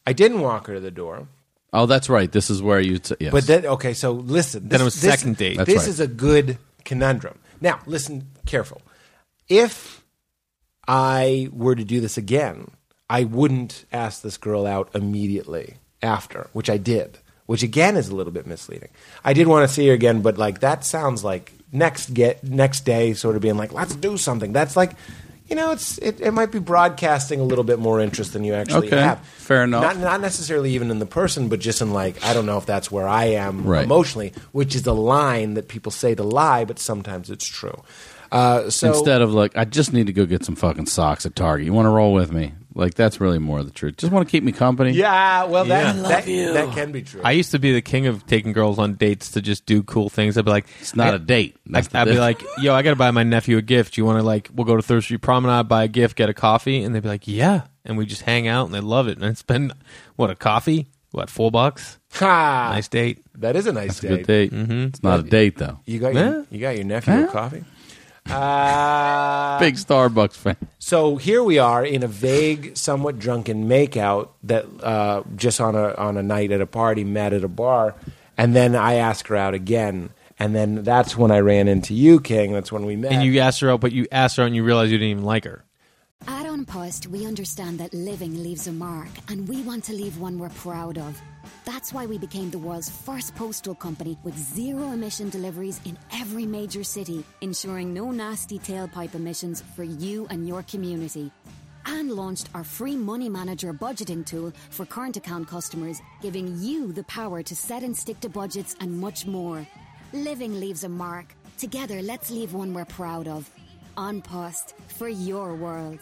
I didn't walk her to the door.
Oh, that's right. This is where you. T- yes.
But then, okay, so listen.
Then
this-
it was
this-
second date. That's
This
right.
is a good conundrum. Now, listen careful. If I were to do this again, I wouldn't ask this girl out immediately after, which I did, which again is a little bit misleading. I did want to see her again, but like that sounds like next get next day, sort of being like, let's do something. That's like. You know, it's it, it might be broadcasting a little bit more interest than you actually
Okay,
have.
fair enough.
Not, not necessarily even in the person, but just in like I don't know if that's where I am
Right.
emotionally, which is a line that people say to lie, but sometimes it's true. Uh, so
Instead of like, I just need to go get some fucking socks at Target. You want to roll with me? Like that's really more the truth. Just want to keep me company.
yeah, well that
Yeah.
that, that can be true.
I used to be the king of taking girls on dates to just do cool things. I'd be like, it's
not a date.
I,
That's the
I'd be like,
difference.
yo, I got to buy my nephew a gift. You want to like, we'll go to Third Street Promenade, buy a gift, get a coffee, and they'd be like, yeah, and we just hang out and they love it. And it's been what a coffee, what four bucks?
Ha!
Nice date.
That is a nice
It's a good date.
Mhm.
It's not a date though.
You got
Yeah.
your, you got your nephew a coffee. Uh,
Big Starbucks fan.
So here we are in a vague, somewhat drunken makeout that uh, just on a on a night at a party, met at a bar, and then I asked her out again, and then that's when I ran into you, King. That's when we met.
And you asked her out, but you asked her out and you realized you didn't even like her.
At On Post, we understand that living leaves a mark, and we want to leave one we're proud of. That's why we became the world's first postal company with zero emission deliveries in every major city, ensuring no nasty tailpipe emissions for you and your community. And launched our free money manager budgeting tool for current account customers, giving you the power to set and stick to budgets and much more. Living leaves a mark. Together, let's leave one we're proud of on post for your world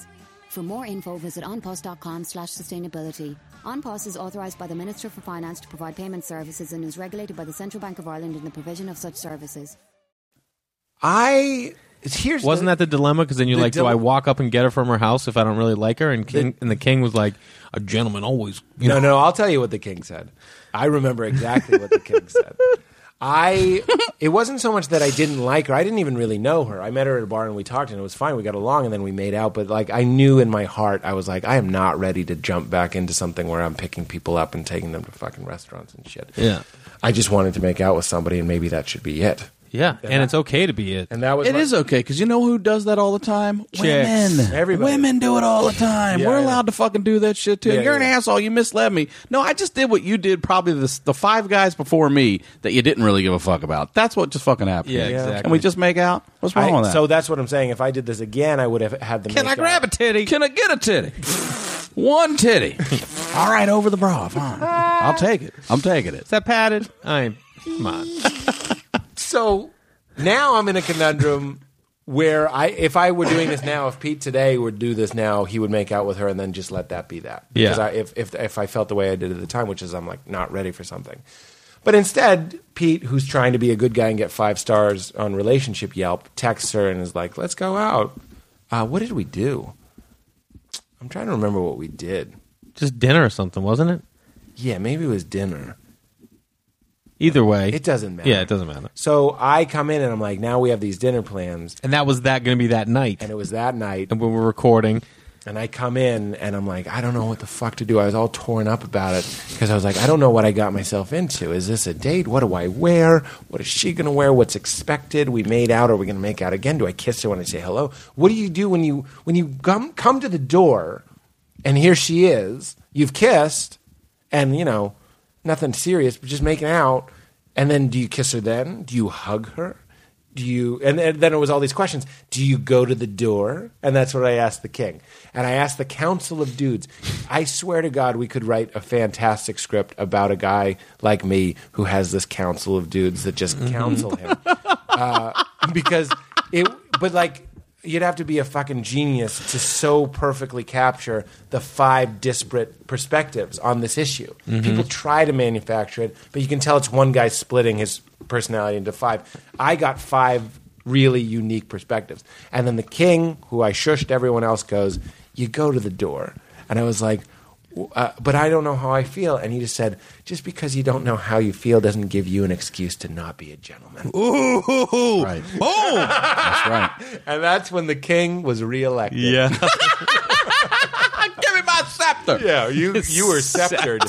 for more info visit onpost.com slash sustainability onpost is authorized by the minister for finance to provide payment services and is regulated by the central bank of ireland in the provision of such services
I here's
Wasn't that the dilemma? Because then you're
the
like, do
dile-
I walk up and get her from her house if I don't really like her? And king, and the king was like, a gentleman always. You
no,
know,
no. I'll tell you what the king said. I remember exactly what the king said. I. It wasn't so much that I didn't like her. I didn't even really know her. I met her at a bar and we talked and it was fine. We got along and then we made out. But like I knew in my heart, I was like, I am not ready to jump back into something where I'm picking people up and taking them to fucking restaurants and shit.
Yeah.
I just wanted to make out with somebody and maybe that should be it.
yeah, and it's okay to be it.
And that was
It
my-
is okay because you know who does that all the time?
Chicks.
Women.
Everybody.
Women do it all the time.
Yeah,
We're
yeah.
allowed to fucking do that shit too.
Yeah,
You're
yeah.
an asshole. You misled me. No, I just did what you did. Probably the the five guys before me that you didn't really give a fuck about. That's what just fucking happened.
Yeah,
And
exactly.
we just make out. What's wrong
I-
with that?
So that's what I'm saying. If I did this again, I would have had the.
Can I grab a titty?
Can I get a titty? One titty. All right, over the bra. Fine. I'll take it. I'm taking it.
Is that padded? I'm. Come on.
so now I'm in a conundrum where I, if I were doing this now, if Pete today would do this now, he would make out with her and then just let that be that. Because
Yeah.
I, if, if if I felt the way I did at the time, which is I'm like not ready for something. But instead, Pete, who's trying to be a good guy and get five stars on relationship Yelp, texts her and is like, "Let's go out. Uh, what did we do? I'm trying to remember what we did.
Just dinner or something, wasn't it?
Yeah, maybe it was dinner.
Either way,
It doesn't matter.
Yeah, it doesn't matter.
So I come in and I'm like, now we have these dinner plans,
And that was that going to be that night.
and it was that night.
And when we're recording,
And I come in and I'm like, I don't know what the fuck to do. I was all torn up about it because I was like, I don't know what I got myself into. Is this a date? What do I wear? What is she going to wear? What's expected? We made out. Are we going to make out again? Do I kiss her when I say hello? What do you do when you when you come come to the door and here she is? You've kissed and you know nothing serious, but just making out. And then do you kiss her then? Do you hug her? do you and, and then it was all these questions do you go to the door and that's what i asked the king and i asked the council of dudes i swear to god we could write a fantastic script about a guy like me who has this council of dudes that just counsel him uh, because it but like you'd have to be a fucking genius to so perfectly capture the five disparate perspectives on this issue people try to manufacture it but you can tell it's one guy splitting his personality into five i got five really unique perspectives. And then the king, who I shushed everyone else, goes, You go to the door. And I was like, "W- uh, But I don't know how I feel. And he just said, Just because you don't know how you feel doesn't give you an excuse to not be a gentleman.
Ooh.
Right.
Boom. That's right.
And that's when the king was reelected.
Yeah.
Give me my scepter. Yeah, you you were sceptered.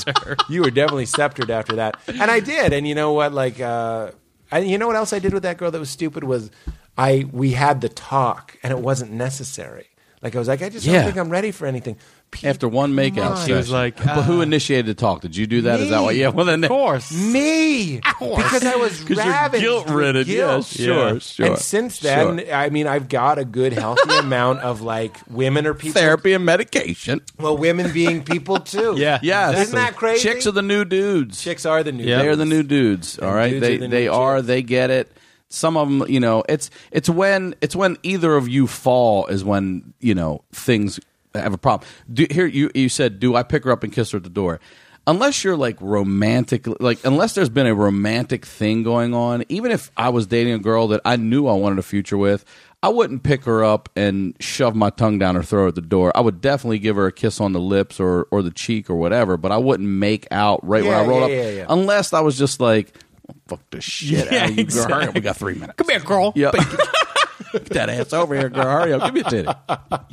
you were definitely sceptered after that. And I did. And you know what? Like, uh, and you know what else I did with that girl that was stupid was I we had the talk, and it wasn't necessary. Like I was like, I just
Yeah.
don't think I'm ready for anything.
After one
Come
makeout,
on.
session.
He was like, uh,
but who initiated the talk? Did you do that? Is that why? Yeah. Well, then, of course,
me because I was
'Cause you're
ravaged
guilt-ridden.
with guilt.
Yeah, sure, Yeah. sure,
And since then, I mean, I've got a good, healthy amount of like women are people
therapy and medication.
Well, women being people too.
Yeah. Yes.
Isn't that crazy?
Chicks are the new dudes.
Chicks are the new.
They're
dudes.
the new dudes. All right,
dudes
they
are the
they
new
are. They get it. Some of them, you know, it's it's when it's when either of you fall is when you know things have a problem. Do, here you you said, do I pick her up and kiss her at the door? Unless you're like romantic, like unless there's been a romantic thing going on, even if I was dating a girl that I knew I wanted a future with, I wouldn't pick her up and shove my tongue down her throat at the door. I would definitely give her a kiss on the lips or, or the cheek or whatever, but I wouldn't make out right when
Yeah,
I rolled
yeah,
up
yeah, yeah.
unless I was just like, fuck the shit
Yeah,
out of you, girl. Hurry up,
exactly.
we got three minutes.
Come here, girl.
Yep. Get that ass over here, girl. Hurry up, give me a titty.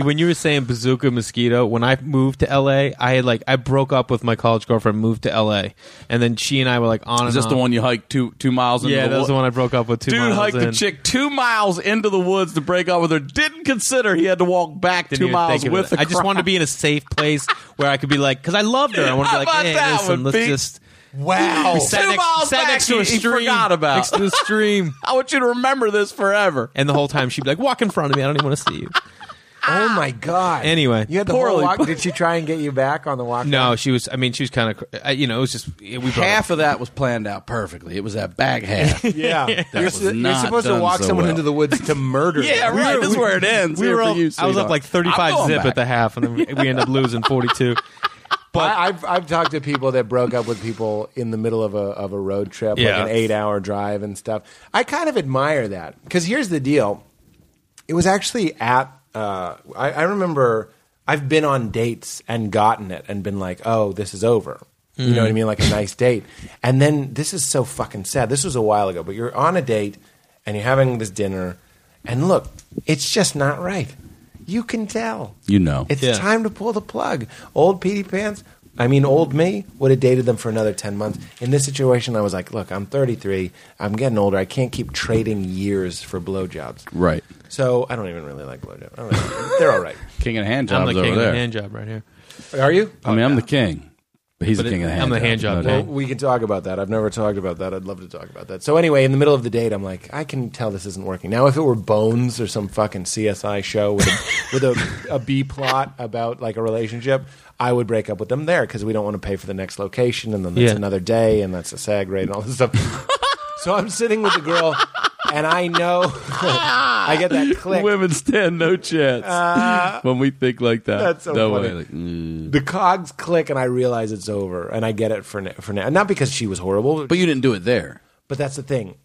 When you were saying bazooka mosquito, when I moved to LA, I had like I broke up with my college girlfriend, moved to LA, and then she and I were like on.
Is
and
this the
on.
one you hiked two two miles? Into
Yeah,
the
that was
wo-
the one I broke up with. Two
Dude
miles
hiked the
in.
chick two miles into the woods to break up with her. Didn't consider he had to walk back
Didn't
two
even
miles
think of
with.
it.
The
I just wanted to be in a safe place where I could be like, because I loved her. I wanted to be
How
like,
about
hey,
that
listen,
one,
let's
Pete?
just.
Wow.
We sat
Two
next,
miles
sat
back,
next to a
he- he
stream.
forgot about.
Next to the stream.
I want you to remember this forever.
And the whole time she'd be like, walk in front of me. I don't even want to see you.
Oh my god.
Anyway.
you had the
Poorly
whole walk.
put.
Did she try and get you back on the walk?
No, she was, I mean, she was kind of, you know, it was just, we broke up.
Half of that was planned out perfectly. It was that bag half.
Yeah,
That
you're,
was
su- you're
not
supposed to
done
walk
so
someone
well.
into the woods to murder.
Yeah,
them.
right. this is where it ends.
We
Here
were
for
up-
you,
I was
sweetheart.
up like 35
I'm going
zip
back.
at the half, and then we we end up losing 42.
But I, I've I've talked to people that broke up with people in the middle of a of a road trip,
Yeah.
like an eight hour drive and stuff. I kind of admire that because here's the deal: it was actually at uh, I, I remember I've been on dates and gotten it and been like, oh, this is over. You know what I mean? Like a nice date. And then this is so fucking sad. This was a while ago, but you're on a date and you're having this dinner, and look, it's just not right. You can tell.
You know.
It's time to pull the plug. Old Petey Pants, I mean, old me would have dated them for another 10 months. In this situation, I was like, look, I'm 33. I'm getting older. I can't keep trading years for blowjobs.
Right.
So I don't even really like blowjobs. I don't really- They're all right.
King of the hand
I'm
jobs
the
over
king of
there.
the hand job right here.
Are you?
I mean, I'm the king, but he's
But
the king
it-
of the hand.
I'm the hand
jobs,
job
no
king.
doubt.
We can talk about that. I've never talked about that. I'd love to talk about that. So anyway, in the middle of the date, I'm like, I can tell this isn't working. Now, if it were Bones or some fucking CSI show with a, with a, a B plot about like a relationship, I would break up with them there because we don't want to pay for the next location, and then that's
Yeah.
another day, and that's a sag rate and all this stuff. so I'm sitting with the girl, and I know I get that click.
Women stand no chance when we think like that.
Uh, that's so
no
funny.
way. Like, mm.
The cogs click, and I realize it's over, and I get it for na- for now. Not because she was horrible,
But you didn't do it there.
But that's the thing.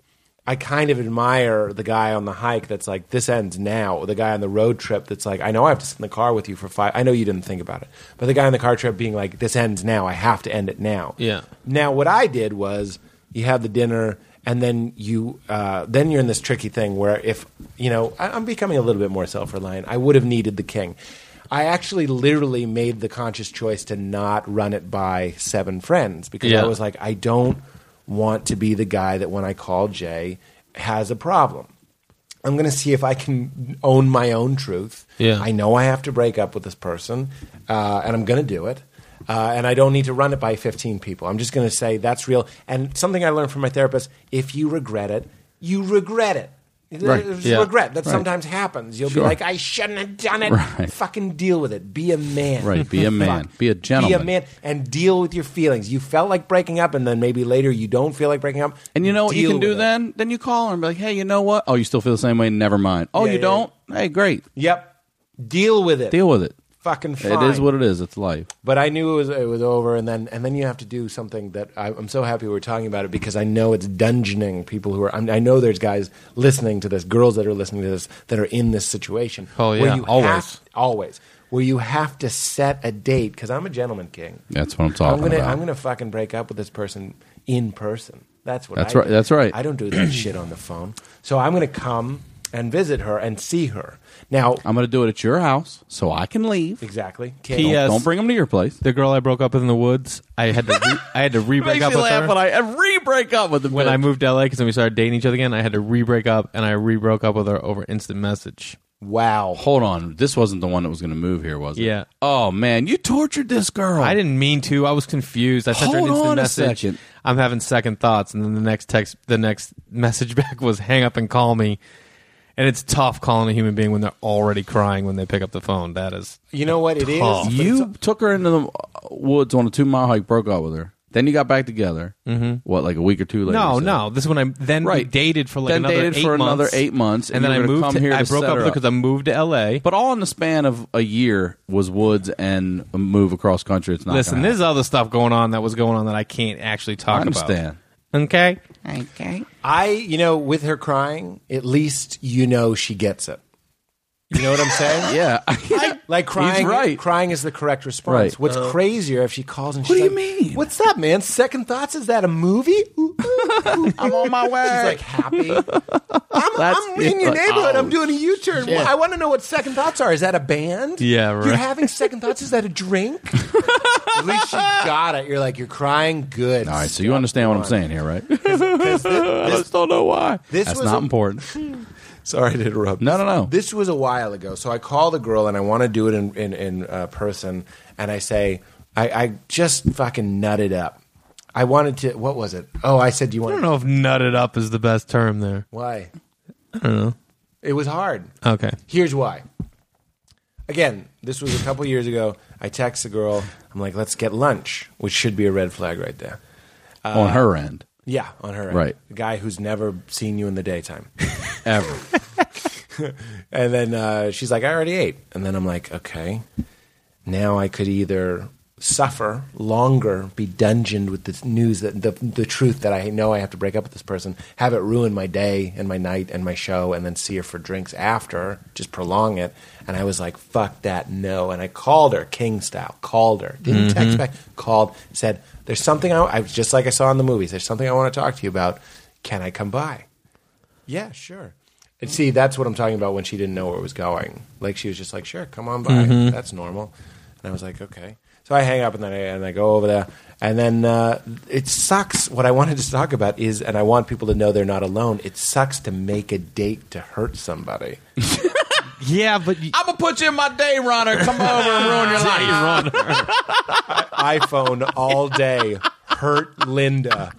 I kind of admire the guy on the hike that's like, this ends now. The guy on the road trip that's like, I know I have to sit in the car with you for five. I know you didn't think about it, but the guy on the car trip being like, this ends now. I have to end it now.
Yeah.
Now what I did was you have the dinner, and then you uh, then you're in this tricky thing where if you know I, I'm becoming a little bit more self reliant. I would have needed the king. I actually literally made the conscious choice to not run it by seven friends because
Yeah.
I was like, I don't want to be the guy that when I call Jay has a problem. I'm going to see if I can own my own truth.
Yeah.
I know I have to break up with this person, uh, and I'm going to do it. Uh, and I don't need to run it by 15 people. I'm just going to say that's real. And something I learned from my therapist if you regret it, you regret it.
Right.
There's
Yeah.
Regret that
Right.
sometimes happens. You'll
Sure.
be like, I shouldn't have done it.
Right.
Fucking deal with it. Be a man.
Right. Be a man.
Fuck.
Be a gentleman.
Be a man and deal with your feelings. You felt like breaking up, and then maybe later you don't feel like breaking up.
And you know what you
Deal
can do
with it.
then? Then you call her and be like, hey, you know what? Oh, you still feel the same way? Never mind. Oh,
Yeah,
you
yeah,
don't? Hey, great.
Yep. Deal with it.
Deal with it.
fucking fine.
It is what it is. It's life.
But I knew it was it was over, and then and then you have to do something that I, I'm so happy we're talking about it because I know it's dungeoning people who are. I'm, I know there's guys listening to this, girls that are listening to this that are in this situation.
Oh, yeah,
where you
always.
have- always where you have to set a date because I'm a gentleman king.
That's what I'm talking
gonna,
about.
I'm gonna fucking break up with this person in person. That's what.
That's
I
right-
do.
that's right.
I don't do that shit on the phone. So I'm gonna come and visit her and see her. Now
I'm going to do it at your house so I can leave.
Exactly.
Don't, don't bring them to your place.
The girl I broke up with in the woods, I had to re- I had to re break
Makes
up
me
with
laugh
her.
when I re break up with them.
when I moved to LA because then we started dating each other again, I had to re break up and I re broke up with her over instant message.
Wow.
Hold on. This wasn't the one that was going to move here, was it?
Yeah.
Oh man, you tortured this girl.
I didn't mean to. I was confused. I sent her an
Hold
instant
on a
message.
second.
I'm having second thoughts, and then the next text, the next message back was hang up and call me. And it's tough calling a human being when they're already crying when they pick up the phone. That is,
You know what it is?
Tough.
You took her into the uh, woods on a two mile hike, broke up with her. Then you got back together.
Mhm.
What, like a week or two later?
no,
you said?
no. This is when I then we
Right.
dated for like
Then
another
dated
eight
for
months,
another eight months,
and,
and you
then I
were
moved
gonna
to-
come here
I
to
broke
set
up
her
with her
up.
because I moved to L.A.
But all in the span of a year was woods and a move across country. It's not.
Listen,
gonna
there's other stuff going on that was going on that I can't actually talk
I understand.
about. Okay.
Okay. I, you know, with her crying, at least you know she gets it. You know what I'm saying?
yeah.
like crying,
He's right.
crying is the correct response.
Right.
What's
Uh-huh.
Uh,
crazier if she calls and she's what do you mean? What's up, man? Second thoughts? Is that a movie? Ooh, ooh, ooh. I'm on my way. She's like happy. I'm, I'm in your
like,
neighborhood. I'm
ouch.
doing a U-turn.
Yeah.
I want to know what second thoughts are. Is that a band?
Yeah,
You're
right.
having second thoughts. Is that a drink? At least she got it. You're like, you're crying. Good.
All right, so you understand what I'm saying here, right?
I
just don't know why.
This
That's
was
not
a-
important.
Sorry to interrupt.
No, no, no.
This was a while ago, so I call the girl and I want to do it in in, in uh, person, and I say I, I just fucking nutted up. I wanted to. What was it? Oh, I said, "Do you
I
want?"
don't know if nutted up is the best term there.
Why?
I don't know.
It was hard.
Okay.
Here's why. Again, this was a couple years ago. I text the girl. I'm like, "Let's get lunch," which should be a red flag right there.
On her end,
Yeah, on Uh, her end.
Right.
The guy who's never seen you in the daytime.
ever.
and then uh, she's like, I already ate. And then I'm like, okay, now I could either suffer longer, be dungeoned with this news that the, the truth that I know I have to break up with this person, have it ruin my day and my night and my show, and then see her for drinks after, just prolong it. And I was like, fuck that, no. And I called her, King style, called her, didn't text
Mhm.
back, called, said, there's something I, I was just like I saw in the movies, there's something I want to talk to you about. Can I come by? Yeah, sure. And see, that's what I'm talking about when she didn't know where it was going. Like she was just like, "Sure, come on by.
Mhm.
That's normal." And I was like, "Okay." So I hang up and then I, and I go over there, and then uh, it sucks. What I wanted to talk about is, and I want people to know they're not alone. It sucks to make a date to hurt somebody.
Yeah, but
I'm gonna put you in my day, Runner. Come over and ruin your life.
iPhone all day. Hurt Linda.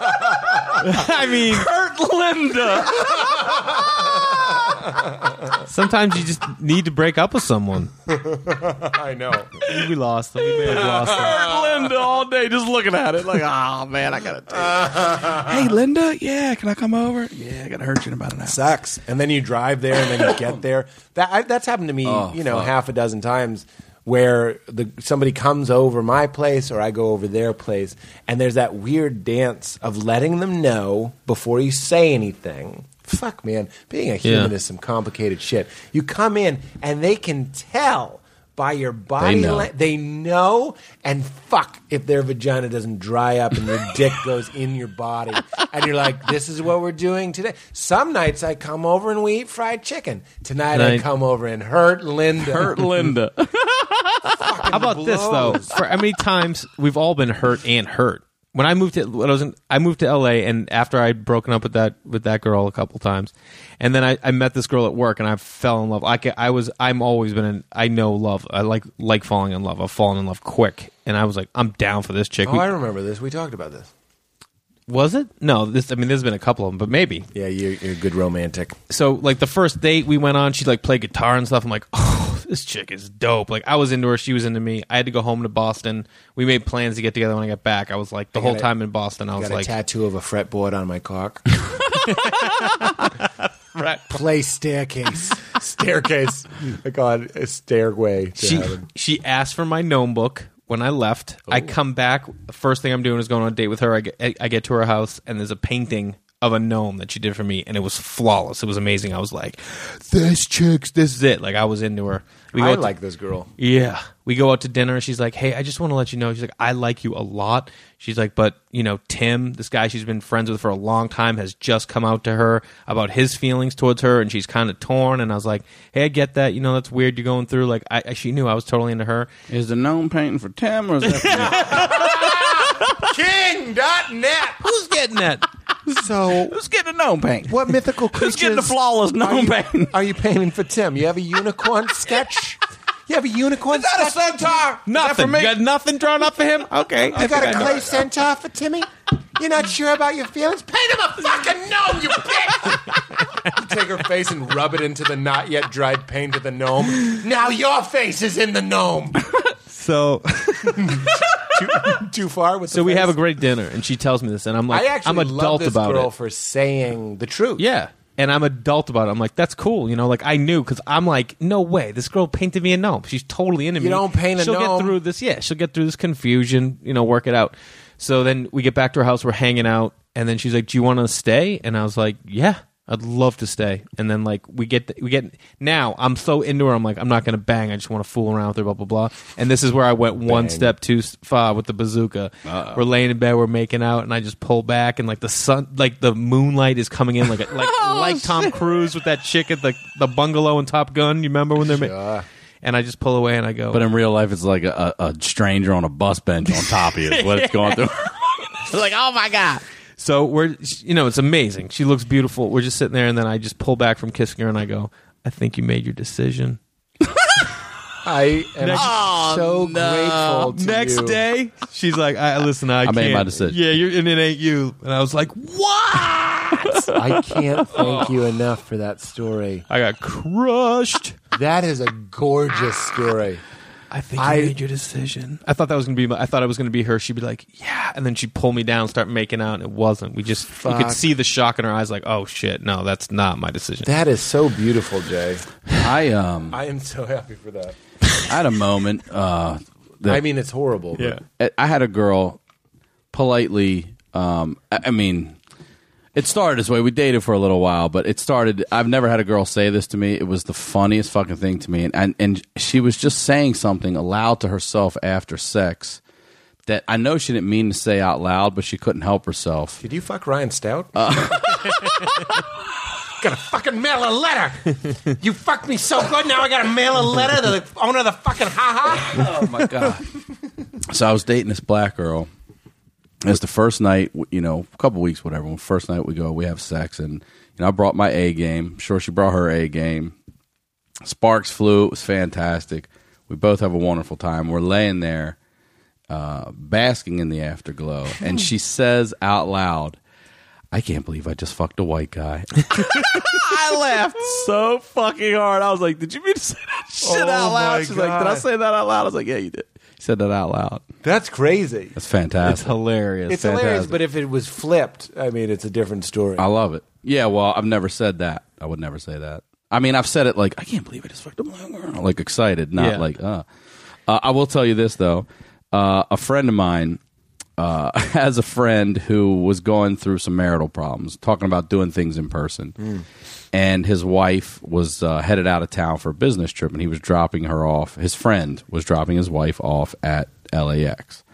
I mean,
Hurt Linda.
sometimes you just need to break up with someone.
I know.
We lost them. We may have lost them.
Hurt Linda all day, just looking at it like, oh man, I gotta. Take it.
Uh-huh.
hey, Linda. Yeah, can I come over? Yeah, I gotta hurt you in about an hour.
sucks. And then you drive there, and then you get there. That I, that's happened to me,
Oh,
you know,
fuck.
half a dozen times where the somebody comes over my place or I go over their place, and there's that weird dance of letting them know before you say anything. Fuck, man, being a human
Yeah.
is some complicated shit. You come in, and they can tell. By your body,
know.
la- they know, and fuck if their vagina doesn't dry up and your dick goes in your body, and you're like, "This is what we're doing today." Some nights I come over and we eat fried chicken. Tonight I
Night.
come over and hurt Linda.
Hurt Linda.
How about this though? For how many times we've all been hurt and hurt? When I moved to when I was in, I moved to LA and after I'd broken up with that with that girl a couple times, and then I, I met this girl at work and I fell in love. I, ca- I was I'm always been in, I know love. I like like falling in love. I've fallen in love quick, and I was like I'm down for this chick.
Oh,
We-
I remember this. We talked about this.
was it? No, this I mean there's been a couple of them, but maybe
Yeah, you're, you're a good romantic.
so like the first date we went on, she like played guitar and stuff. I'm like, oh, this chick is dope. Like I was into her, she was into me. I had to go home to Boston. We made plans to get together when I got back. I was like the
I
whole
got a-
time in Boston,
I
I was
got
like,
a tattoo of a fretboard on my cock. right.
Play staircase.
staircase. I call it a stairway. To
she
heaven.
she asked for my gnome book when I left. I come back. The first thing I'm doing is going on a date with her. I get, I- I get to her house and there's a painting of a gnome that she did for me, and it was flawless. It was amazing. I was like, "This chick's, this is it." Like I was into her.
I
out to-
like this girl.
Yeah, we go out to dinner. and She's like, "Hey, I just want to let you know." She's like, "I like you a lot." She's like, "But you know, Tim, this guy she's been friends with for a long time, has just come out to her about his feelings towards her, and she's kind of torn." And I was like, "Hey, I get that. You know, that's weird. You're going through." Like, I, I- she knew I was totally into her.
Is the gnome painting for Tim or is that
King.net.
Who's getting that?
So
who's getting a gnome paint?
What mythical creatures?
Who's getting the flawless gnome
are you, paint? Are you painting for Tim? You have a unicorn sketch. You have a unicorn. Is that a centaur?
Nothing. You got nothing drawn up for him. Okay,
You got a clay
clay.
centaur for Timmy? You're not sure about your feelings? Paint him a fucking gnome, you bitch! you take her face and rub it into the not yet dried paint of the gnome. Now your face is in the gnome.
So
too, too far with.
So we have a great dinner, and she tells me this, and I'm like,
I actually
I'm adult
love this
about
girl
it.
for saying the truth.
Yeah. And I'm adult about it. I'm like, that's cool, you know. Like I knew because I'm like, no way, this girl painted me a gnome. She's totally into
You
me.
don't paint a
she'll
gnome.
get through this. Yeah, she'll get through this confusion. You know, work it out. So then we get back to her house. We're hanging out, and then she's like, "Do you want to stay?" And I was like, "Yeah, I'd love to stay." And then like we get we get now. I'm so into her. I'm like, I'm not gonna bang. I just want to fool around with her. Blah blah blah. And this is where I went one
Bang.
step too s- far with the bazooka.
Uh-oh.
We're laying in bed. We're making out, and I just pull back, and like the sun, like the moonlight is coming in, like a, like
Oh,
like Tom Cruise with that chick at the the bungalow in Top Gun. You remember when they're ma- and I just pull away and I go.
But in real life, it's like a, a stranger on a bus bench on top of you. is What's going through?
like, oh my god. So we're, you know, it's amazing. She looks beautiful. We're just sitting there, and then I just pull back from kissing her, and I go, "I think you made your decision."
I am
Next-
so grateful. To
Next
you.
day, she's like, "I listen, I,
made
can't.
my decision.
Yeah, you're, and it ain't you. And I was like, "What?"
I can't thank you enough for that story.
I got crushed.
That is a gorgeous story.
I think you made your decision. I thought that was gonna be. My, I thought it was gonna be her. She'd be like, "Yeah," and then she'd pull me down, and start making out, and it wasn't. We just you
Fuck.
could see the shock in her eyes, like, "Oh shit, no, that's not my decision."
That is so beautiful, Jay.
I um
I am so happy for that.
I had a moment. Uh, that-
I mean, it's horrible. but-
I I had a girl politely. Um, I, I mean, it started this way. We dated for a little while, but it started. I've never had a girl say this to me. It was the funniest fucking thing to me, and and, and she was just saying something aloud to herself after sex that I know she didn't mean to say out loud, but she couldn't help herself.
Did you fuck Ryan Stout? gotta fucking mail a letter. You fucked me so good. Now I gotta mail a letter to the owner of the fucking ha ha.
Oh my god! so I was dating this black girl. It's the first night, w- you know, a couple weeks, whatever. First night we go, we have sex, and you know, I brought my A game. Sure, she brought her A game. Sparks flew. It was fantastic. We both have a wonderful time. We're laying there, uh, basking in the afterglow, and she says out loud, "I can't believe I just fucked a white guy." I laughed so fucking hard. I was like, "Did you mean to say that shit
Oh
out
my
loud?" She's like, "Did I
God.
say that out loud?" I was like, "Yeah, you did." She said that out loud.
That's crazy.
That's fantastic.
It's hilarious.
It's hilarious, but if it was flipped, I mean, it's a different story.
I love it. Yeah, well, I've never said that. I would never say that. I mean, I've said it like I can't believe I just fucked a black girl, like excited, not
Yeah.
like uh. uh. I will tell you this though, uh, a friend of mine uh, has a friend who was going through some marital problems, talking about doing things in person, and his wife was uh, headed out of town for a business trip, and he was dropping her off. His friend was dropping his wife off at LAX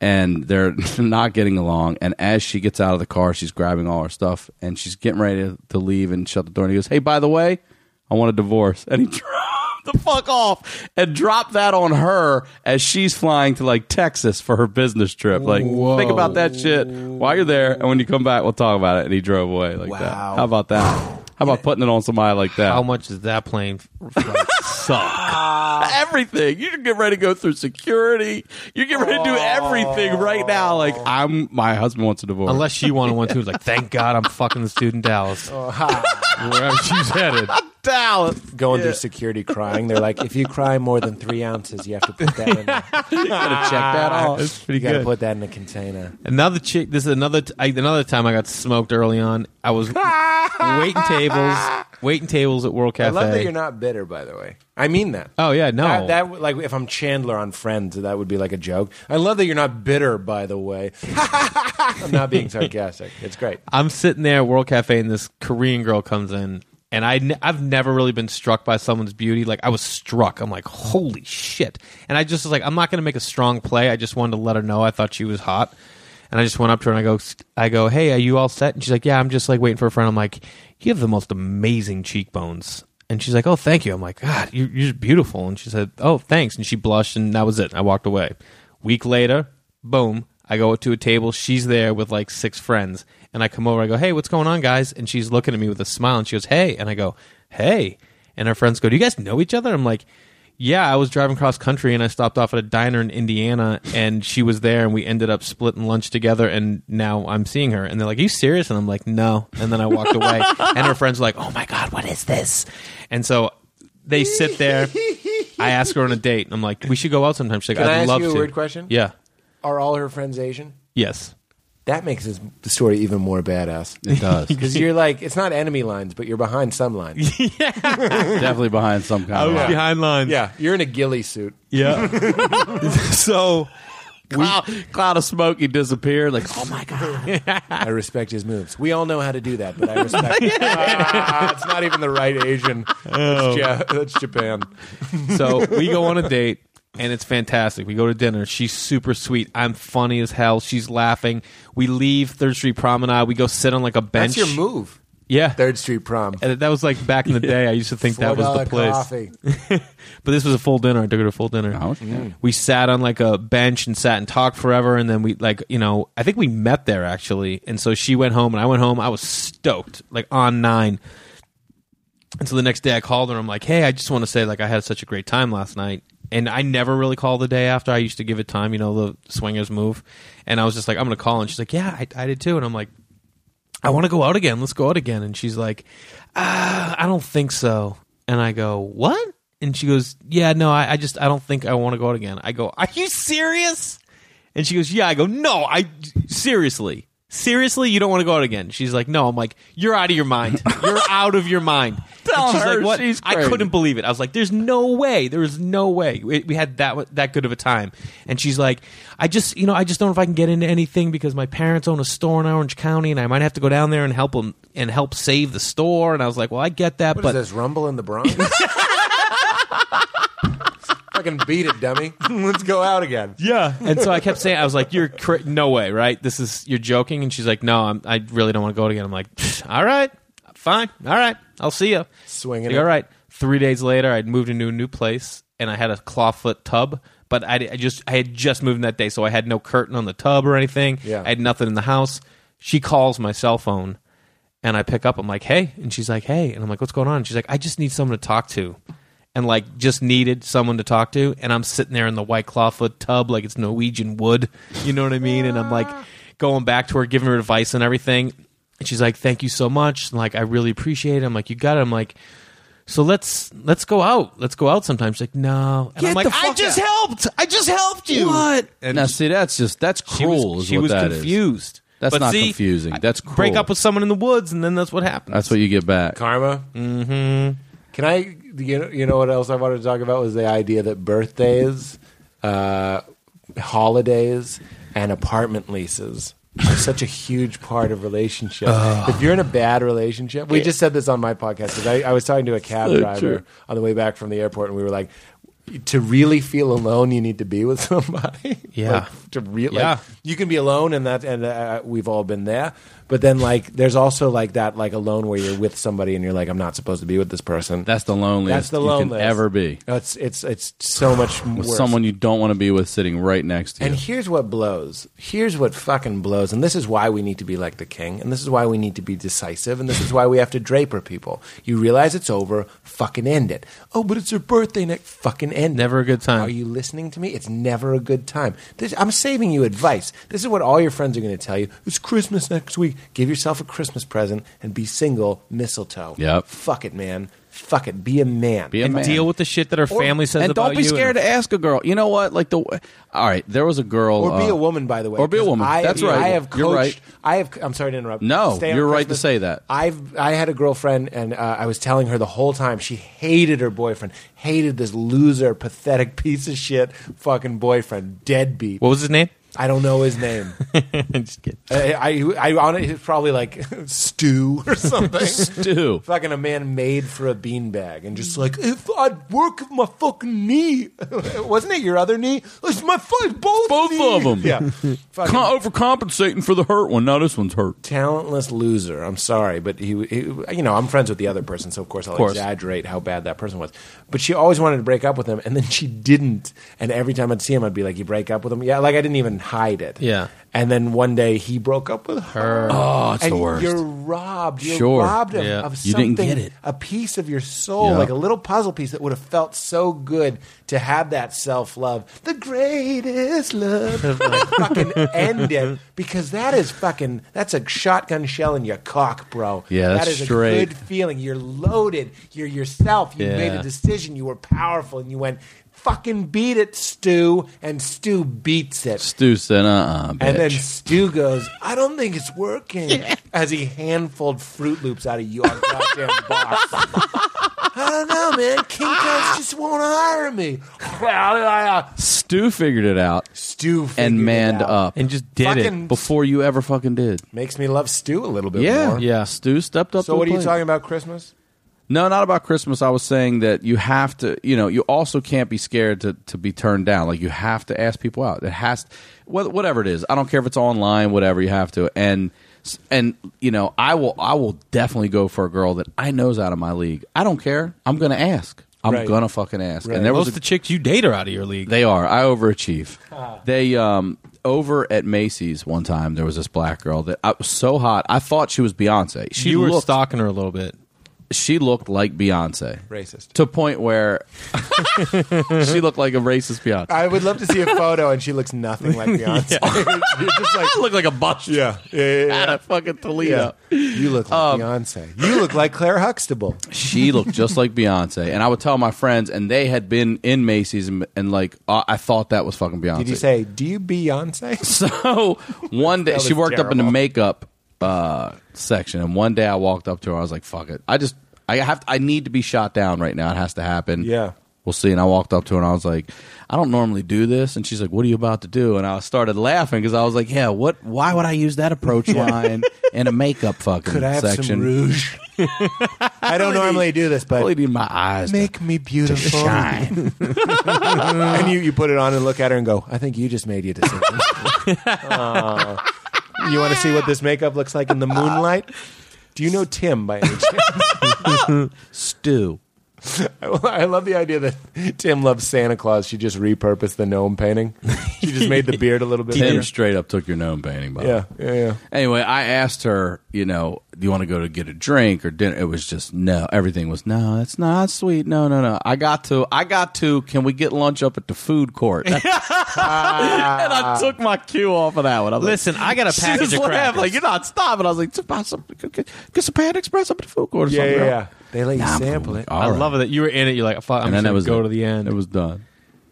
and they're not getting along. And as she gets out of the car, she's grabbing all her stuff and she's getting ready to, to leave and shut the door. And he goes, "Hey, by the way, I want a divorce." And he dropped the fuck off and dropped that on her as she's flying to like Texas for her business trip. Like, think about that shit while you're there, and when you come back, we'll talk about it. And he drove away like that.
Wow.
How about that? How about putting it on somebody like that?
How much is that plane? suck.
everything. You can get ready to go through security. You get ready to do everything right now. Like I'm, my husband wants a divorce.
Unless she wanted one too. Like, thank God I'm fucking this dude in Dallas.
Oh, ha.
Wherever she's headed. Dallas.
Going
Yeah.
through security crying. They're like, if you cry more than three ounces, you have to put that in. A,
you gotta check that off. Ah, That's
you
pretty
gotta
good.
put that in a container.
Another chick. This is another t- I, another time I got smoked early on. I was waiting tables, waiting tables at World Cafe.
I love that you're not bitter, by the way. I mean that.
Oh yeah, no.
That, that would- like if I'm Chandler on Friends, that would be like a joke. I love that you're not bitter, by the way. I'm not being sarcastic. It's great.
I'm sitting there at World Cafe, and this Korean girl comes in, and I ne- I've never really been struck by someone's beauty. Like I was struck. I'm like, holy shit! And I just was like, I'm not going to make a strong play. I just wanted to let her know I thought she was hot. And I just went up to her and I go, I go, hey, are you all set? And she's like, yeah, I'm just like waiting for a friend. I'm like, you have the most amazing cheekbones. And she's like, oh, thank you. I'm like, God, you're, you're just beautiful. And she said, oh, thanks. And she blushed, and that was it. I walked away. Week later, boom, I go to a table. She's there with like six friends. And I come over. I go, hey, what's going on, guys? And she's looking at me with a smile. And she goes, hey. And I go, hey. And her friends go, do you guys know each other? I'm like, yeah, I was driving cross country and I stopped off at a diner in Indiana and she was there and we ended up splitting lunch together and now I'm seeing her and they're like, Are you serious? And I'm like, No. And then I walked away and her friends were like, Oh my God, what is this? And so they sit there. I ask her on a date and I'm like, We should go out sometime. She's like,
Can I
I'd
ask
love
you a
to.
weird question?
Yeah.
Are all her friends Asian?
Yes.
That makes this, the story even more badass. It
does.
Because you're like, it's not enemy lines, but you're behind some lines.
Definitely behind some kind
I
of
was
line.
behind lines.
yeah, you're in a ghillie suit.
Yeah. so Oh,
cloud, cloud of smoke, he disappeared. Like, oh my god!
I respect his moves. We all know how to do that, but I respect it. Ah, it's not even the right Asian. That's,
Oh.
ja- that's Japan.
so we go on a date and it's fantastic. We go to dinner. She's super sweet. I'm funny as hell. She's laughing. We leave Third Street Promenade. We go sit on like a bench.
That's your move.
Yeah.
Third Street Prom.
And that was like back in the day. I used to think that was the
$4
place.
coffee.
but this was a full dinner. I took her to a full dinner. Mm. We sat on like a bench and sat and talked forever. And then we like you know I think we met there actually. And so she went home and I went home. I was stoked like on nine. And so the next day I called her. I'm like, hey, I just want to say like I had such a great time last night. And I never really call the day after. I used to give it time, you know, the swingers move. And I was just like, I'm going to call. And she's like, yeah, I, I did too. And I'm like, I want to go out again. Let's go out again. And she's like, ah, I don't think so. And I go, what? And she goes, yeah, no, I, I just, I don't think I want to go out again. I go, are you serious? And she goes, yeah. I go, no, I seriously, seriously, you don't want to go out again. She's like, no. I'm like, you're out of your mind. You're out of your mind.
Tell
And she's
her
like, what?
she's
I
crazy.
couldn't believe it. I was like, there's no way. There is no way. We, we had that that good of a time. And she's like, I just, you know, I just don't know if I can get into anything because my parents own a store in Orange County and I might have to go down there and help them and help save the store. And I was like, well, I get that,
What is
but
this, Rumble in the Bronx? Fucking beat it, dummy. Let's go out again.
Yeah. And so I kept saying, I was like, "You're cra- no way, right? This is you're joking." And she's like, "No, I'm, I really don't want to go out again." I'm like, "Pfft, "All right, fine, all right, I'll see you."
Swinging
Like,
it.
all right. Three days later, I'd moved into a new place, and I had a clawfoot tub, but I, I just I had just moved in that day, so I had no curtain on the tub or anything.
Yeah.
I had nothing in the house. She calls my cell phone, and I pick up. I'm like, "Hey," and she's like, "Hey," and I'm like, "What's going on?" And she's like, "I just need someone to talk to." and like just needed someone to talk to and i'm sitting there in the white clawfoot tub like it's norwegian wood you know what i mean and i'm like going back to her giving her advice and everything and she's like thank you so much and like i really appreciate it i'm like you got it i'm like so let's let's go out let's go out sometime she's like no and i'm like i just helped i just helped you what
now, see, that's just that's
she was-
cruel. is
she
what
was
that is.
confused
That's
But
not
see,
confusing. That's cruel.
break up with someone in the woods and then that's what happens
That's what you get back.
Karma.
mm-hmm.
Can I? You know, you know what else I wanted to talk about was the idea that birthdays, uh, holidays, and apartment leases are such a huge part of relationships. If you're in a bad relationship, we just said this on my podcast because I, I was talking to a cab
So
driver
true.
on the way back from the airport, and we were like. To really feel alone, you need to be with somebody.
Yeah.
Like, to re-
Yeah.
like, you can be alone and that and uh, we've all been there but then like there's also like that like alone where you're with somebody and you're like i'm not supposed to be with this person
That's the loneliest
That's the
you
loneliest.
can ever be
it's it's it's so much
with
worse.
someone you don't want to be with sitting right next to you.
and here's what blows. Here's what fucking blows. And this is why we need to be like the king. And this is why we need to be decisive. And this is why we have to draper people. You realize it's over. Fucking end it. Oh, but it's your birthday night. Fucking end. it.
never a good time
Are you listening to me? It's never a good time. This, I'm saving you advice. This is what all your friends are going to tell you. It's Christmas next week. Give yourself a Christmas present and be single. Mistletoe.
Yep.
Fuck it, man. fuck it, be a man.
Be a
And
man.
deal
with the shit that her
Or- family says
and
about
don't be
you and-
scared to ask a girl. You know what? Like the all right, there was a girl,
Or be
uh,
a woman, by the way.
or be a
'cause
woman.
I-
That's right.
I have coached.
You're right.
I have. I'm sorry to interrupt.
No,
Stay on
you're right to
Christmas.
say that.
I've. I had a girlfriend, and uh, I was telling her the whole time she hated her boyfriend, hated this loser, pathetic piece of shit, fucking boyfriend, deadbeat.
What was his name?
I don't know his name.
Just kidding.
I, I, I honestly, it's probably like stew or something.
Stew.
Fucking a man made for a beanbag and just like, if I'd work my fucking knee. Wasn't it your other knee? It's my fucking both
both of them.
knees. Yeah. Fucking-
Con- overcompensating for the hurt one. Now this one's hurt.
Talentless loser. I'm sorry, but he, he, you know, I'm friends with the other person, so of course I'll
Of course.
exaggerate how bad that person was. But she always wanted to break up with him, and then she didn't. And every time I'd see him, I'd be like, "You break up with him?" Yeah, like I didn't even hide it.
Yeah.
And then one day he broke up with her.
Oh, it's the
And
worst.
You're robbed. You're
Sure.
robbed of,
Yeah.
of
You
something.
didn't get it.
A piece of your soul,
Yeah.
like a little puzzle piece that would have felt so good to have that self love. The greatest love. Like, fucking end it because that is fucking. That's a shotgun shell in your cock, bro.
Yeah, that's
that is a
straight.
good feeling. You're loaded. You're yourself. You
Yeah.
made a decision. You were powerful, and you went. Fucking beat it, Stu, and Stu beats it.
Stu said, "Uh, uh
And then
bitch."
Stu goes, I don't think it's working. As he handful Fruit Loops out of your goddamn box. I don't know, man. King Cubs just won't hire me.
Stu figured it out.
Stu
and manned
out.
up
And just did it Fucking-
before you ever fucking did.
Makes me love Stu a little bit
yeah,
more.
yeah. Stu stepped up.
So
to
what
the
are you
plate.
talking about Christmas?
No, not about Christmas. I was saying that you have to, you know, you also can't be scared to, to be turned down. Like you have to ask people out. It has, wha- whatever it is. I don't care if it's online, whatever. You have to, and and you know, I will, I will definitely go for a girl that I know's out of my league. I don't care. I'm gonna ask. I'm
Right.
gonna fucking ask.
Right.
And there
Most
was
of the Ah. chicks you date are out of your league.
They are. I overachieve. They um over at Macy's one time there was this black girl that I was so hot. I thought she was Beyonce. She
You were
looked,
stalking her a little bit.
She looked like Beyonce.
Racist.
To a point where she looked like a racist Beyonce.
I would love to see a photo and she looks nothing like Beyonce. You're just like,
look like a bust.
Yeah. yeah, yeah,
Out of fucking Toledo. Um,
yeah. You look like Beyonce. You look like Claire Huxtable.
She looked just like Beyonce, and I would tell my friends, and they had been in Macy's, and, and like uh, I thought that was fucking Beyonce.
Did you say, do you Beyonce?
So one day
That
she
was
worked up in the
terrible.
makeup uh, section, and one day I walked up to her. I was like, "Fuck it, I just I have to, I need to be shot down right now. It has to happen."
Yeah.
we'll see. And I walked up to her and I was like, "I don't normally do this," and she's like, "What are you about to do?" And I started laughing because I was like, "Yeah, what? Why would I use that approach line in a makeup fucking
Could I have
section?"
some rouge? I don't normally do this,
I
but
really need my eyes to-
Make me beautiful.
to shine.
and you, you put it on and look at her and go, I think you just made your decision. Aw. you want to see what this makeup looks like in the moonlight? Do you know Tim by any chance?
Stu.
I I love the idea that Tim loves Santa Claus. She just repurposed the gnome painting. She just made the beard a little bit.
Tim
bigger.
straight up took your gnome painting, by the
Yeah,
way.
yeah, yeah.
Anyway, I asked her, you know, do you want to go to get a drink or dinner? It was just no. Everything was no. That's not sweet. No, no, no. I got to. I got to. Can we get lunch up at the food court? and I took my cue off of that one. I was
Listen,
like,
I got a
she
package
just
of
laughed,
crackers.
Like you're not stopping. I was like, "Just buy some, get, get some Pan Express up at the food court. Or
Yeah,
something.
yeah, yeah. They let you
Nah, I'm
sample it.
All
I
right.
love it that you were in it. You're like, fuck, I'm
And then
just
that
gonna
was
go
it.
to the end.
It was done.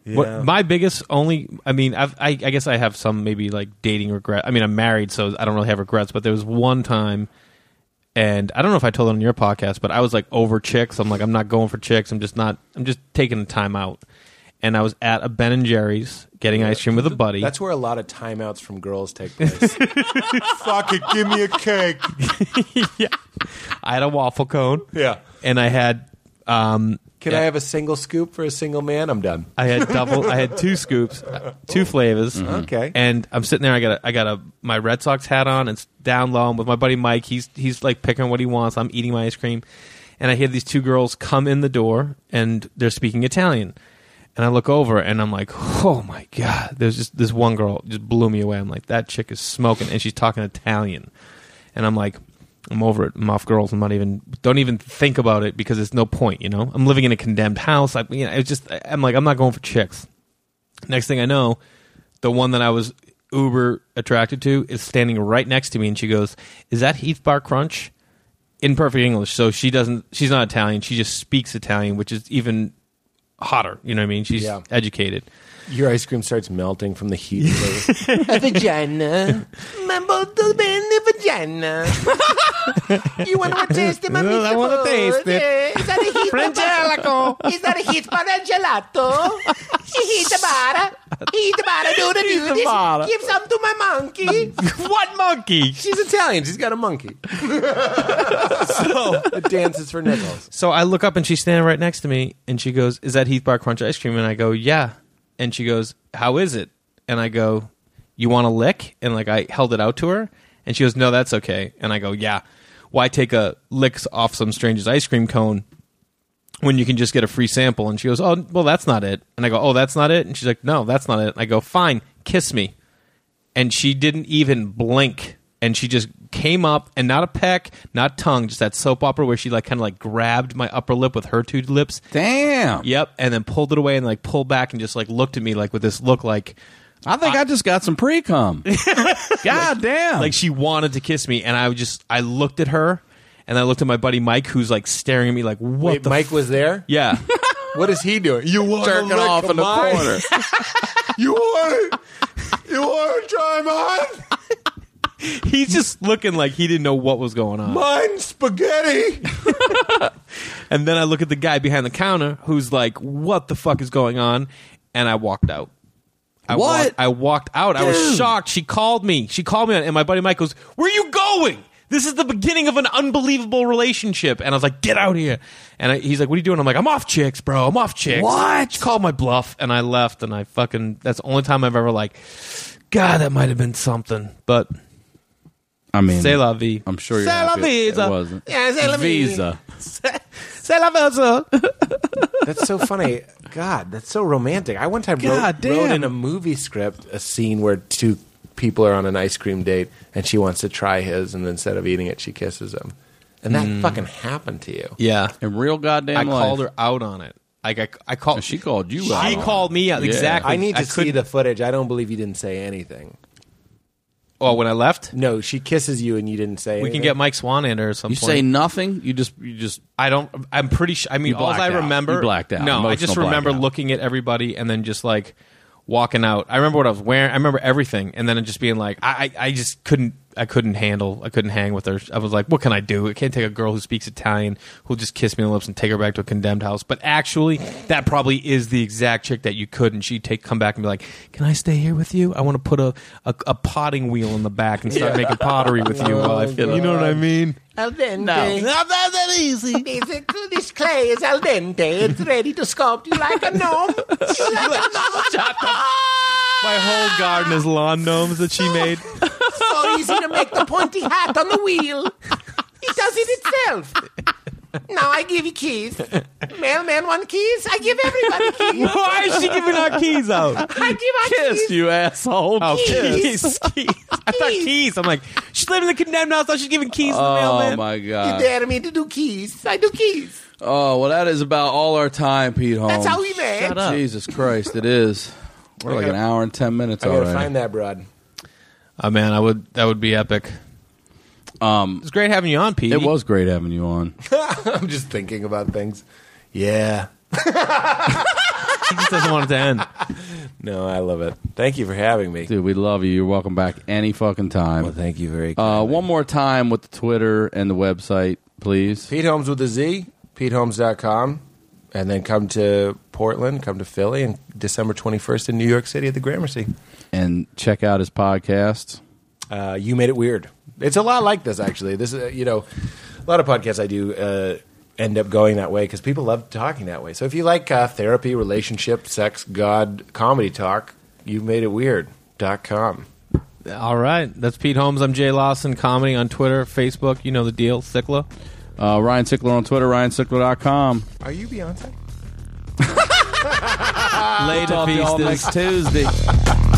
Yeah.
What, my biggest only, I mean, I've, I, I guess I have some maybe like dating regret. I mean, I'm married, so I don't really have regrets. But there was one time, and I don't know if I told it on your podcast, but I was like over chicks. I'm like, I'm not going for chicks. I'm just not. I'm just taking the time out. And I was at a Ben and Jerry's getting ice cream with a buddy.
That's where a lot of timeouts from girls take place. Fuck it, give me a cake.
I had a waffle cone.
Yeah.
and I had. Um,
Can I have a single scoop for a single man? I'm done.
I had double. I had two scoops, uh, two flavors.
Okay.
And I'm sitting there. I got a, I got a my Red Sox hat on. It's down low. I'm with my buddy Mike. He's he's like picking what he wants. I'm eating my ice cream, and I hear these two girls come in the door, and they're speaking Italian. And I look over, and I'm like, oh my god! There's just this one girl just blew me away. I'm like, that chick is smoking, and she's talking Italian, and I'm like. I'm over it. I'm off girls. I'm not even. Don't even think about it because it's no point. You know, I'm living in a condemned house. I, you know, it's just. I'm like, I'm not going for chicks. Next thing I know, the one that I was uber attracted to is standing right next to me, and she goes, "Is that Heath Bar Crunch?" in perfect English. So she doesn't. She's not Italian. She just speaks Italian, which is even hotter. You know what I mean? She's
Yeah.
educated.
Your ice cream starts melting from the heat.
A vagina. Mambo to bend the vagina. you want to taste it, mamma?
I wanna taste it.
Is that a heat
Frangelico.
Is that a heat for a gelato? She heat the bara. Heat the bara. Do the
Heat the
do this.
bara.
Give some to my monkey.
what monkey?
She's Italian. She's got a monkey. so it dances for nickels.
So I look up and she's standing right next to me, and she goes, "Is that Heath Bar Crunch ice cream?" And I go, "Yeah." And she goes, "How is it?" And I go, "You want a lick?" And like I held it out to her, and she goes, "No, that's okay." And I go, "Yeah." Why take a lick off some stranger's ice cream cone when you can just get a free sample? And she goes, "Oh, well, that's not it." And I go, "Oh, that's not it." And she's like, "No, that's not it." And I go, "Fine, kiss me." and she didn't even blink and she just came up and not a peck not tongue just that soap opera where she like kind of like grabbed my upper lip with her two lips
damn
yep and then pulled it away and like pulled back and just like looked at me like with this look like i think i,
just got some pre-cum god
Oh.
damn
like she wanted to kiss me and i would just i looked at her and i looked at my buddy mike who's like staring at me like what
Wait,
the
Mike was there?
yeah
What is he doing? You want
Jerking off in the corner.
you want it? You want to try mine?
he's just looking like he didn't know what was going on
Mine spaghetti.
And then I look at the guy behind the counter who's like, "What the fuck is going on?" And I walked out. I
What?
Walked, I walked out. I was
Dude.
shocked. She called me. She called me, and my buddy Mike goes, "Where you going? This is the beginning of an unbelievable relationship." And I was like, "Get out here!" And I, he's like, "What are you doing?" I'm like, "I'm off chicks, bro. I'm off chicks."
What?
She called my bluff, and I left. And I fucking. That's the only time I've ever like, God, that might have been something, but.
I mean,
say la vie.
I'm sure you're
Say la
happy it-
visa.
It wasn't.
Yeah, say la
visa.
Say la visa.
That's so funny. God, that's so romantic. I one time
God
wrote,
damn.
wrote in a movie script a scene where two people are on an ice cream date and she wants to try his, and instead of eating it, she kisses him. And that
Mm.
fucking happened to you.
Yeah,
in real goddamn
I
life.
called her out on it. Like I, I called.
She called you.
She
out.
called me out.
Yeah.
Exactly.
I need to
I
see
couldn't-
the footage. I don't believe you didn't say anything.
Oh, when I left?
No, she kisses you and you didn't say
We
anything.
can get Mike Swan in her or something.
You say nothing. You just you just.
I don't. I'm pretty sure. I mean,
You
all I
blacked out.
remember.
You blacked out.
No, I
Emotional
just remember
blackout.
looking at everybody and then just like walking out. I remember what I was wearing. I remember everything, and then just being like, I, I, I just couldn't. I couldn't handle. I couldn't hang with her. I was like, what can I do? I can't take a girl who speaks Italian who'll just kiss me on the lips and take her back to a condemned house. But actually, that probably is the exact chick that you could, and she'd take come back and be like, can I stay here with you? I want to put a, a a potting wheel in the back and start
Yeah.
making pottery with you while I
Oh,
feel. You know what I
God.
mean?
Al dente.
No.
Not that, that easy. this clay is al dente. It's ready to sculpt you like a gnome.
My whole garden is lawn gnomes that she made.
so easy to make the pointy hat on the wheel. It does it itself. Now I give you keys. Mailman want keys? I give everybody keys.
Why is she giving our keys out?
I give our keys.
you asshole. Oh,
Keys.
keys. keys. I thought keys. I'm like, she's living in the condemned house. I thought she's giving keys to the mailman.
Oh my
You
god.
dare me to do keys? I do keys.
Oh well, that is about all our time, Pete Holmes.
That's how we met. Shut up.
Jesus Christ, it is. We're
I
like an
gotta-
hour and ten minutes
I gotta
already.
find that broad.
Oh man, I would. That would be epic.
Um,
it's great having you on, Pete.
It was great having you on.
I'm just thinking about things. Yeah.
He just doesn't want it to end.
No, I love it. Thank you for having me.
Dude, we love you. You're welcome back any fucking time. Well,
thank you very
uh, One more time with the Twitter and the website, please.
Pete Holmes with a Z, PeteHolmes.com, and then come to Portland, come to Philly, and December 21st in New York City at the Gramercy.
And check out his podcast.
Uh, you made it weird. It's a lot like this, actually. This is, uh, you know, a lot of podcasts I do uh, end up going that way because people love talking that way. So if you like uh, therapy, relationship, sex, God, comedy talk, you made it weird.com.
All right, that's Pete Holmes. I'm Jay Lawson. Comedy on Twitter, Facebook. You know the deal. Sickla.
Uh, Ryan Sickler on Twitter, ryansickler.com.
Are you Beyonce?
Later,
Talk to y'all
feasters.
next Tuesday.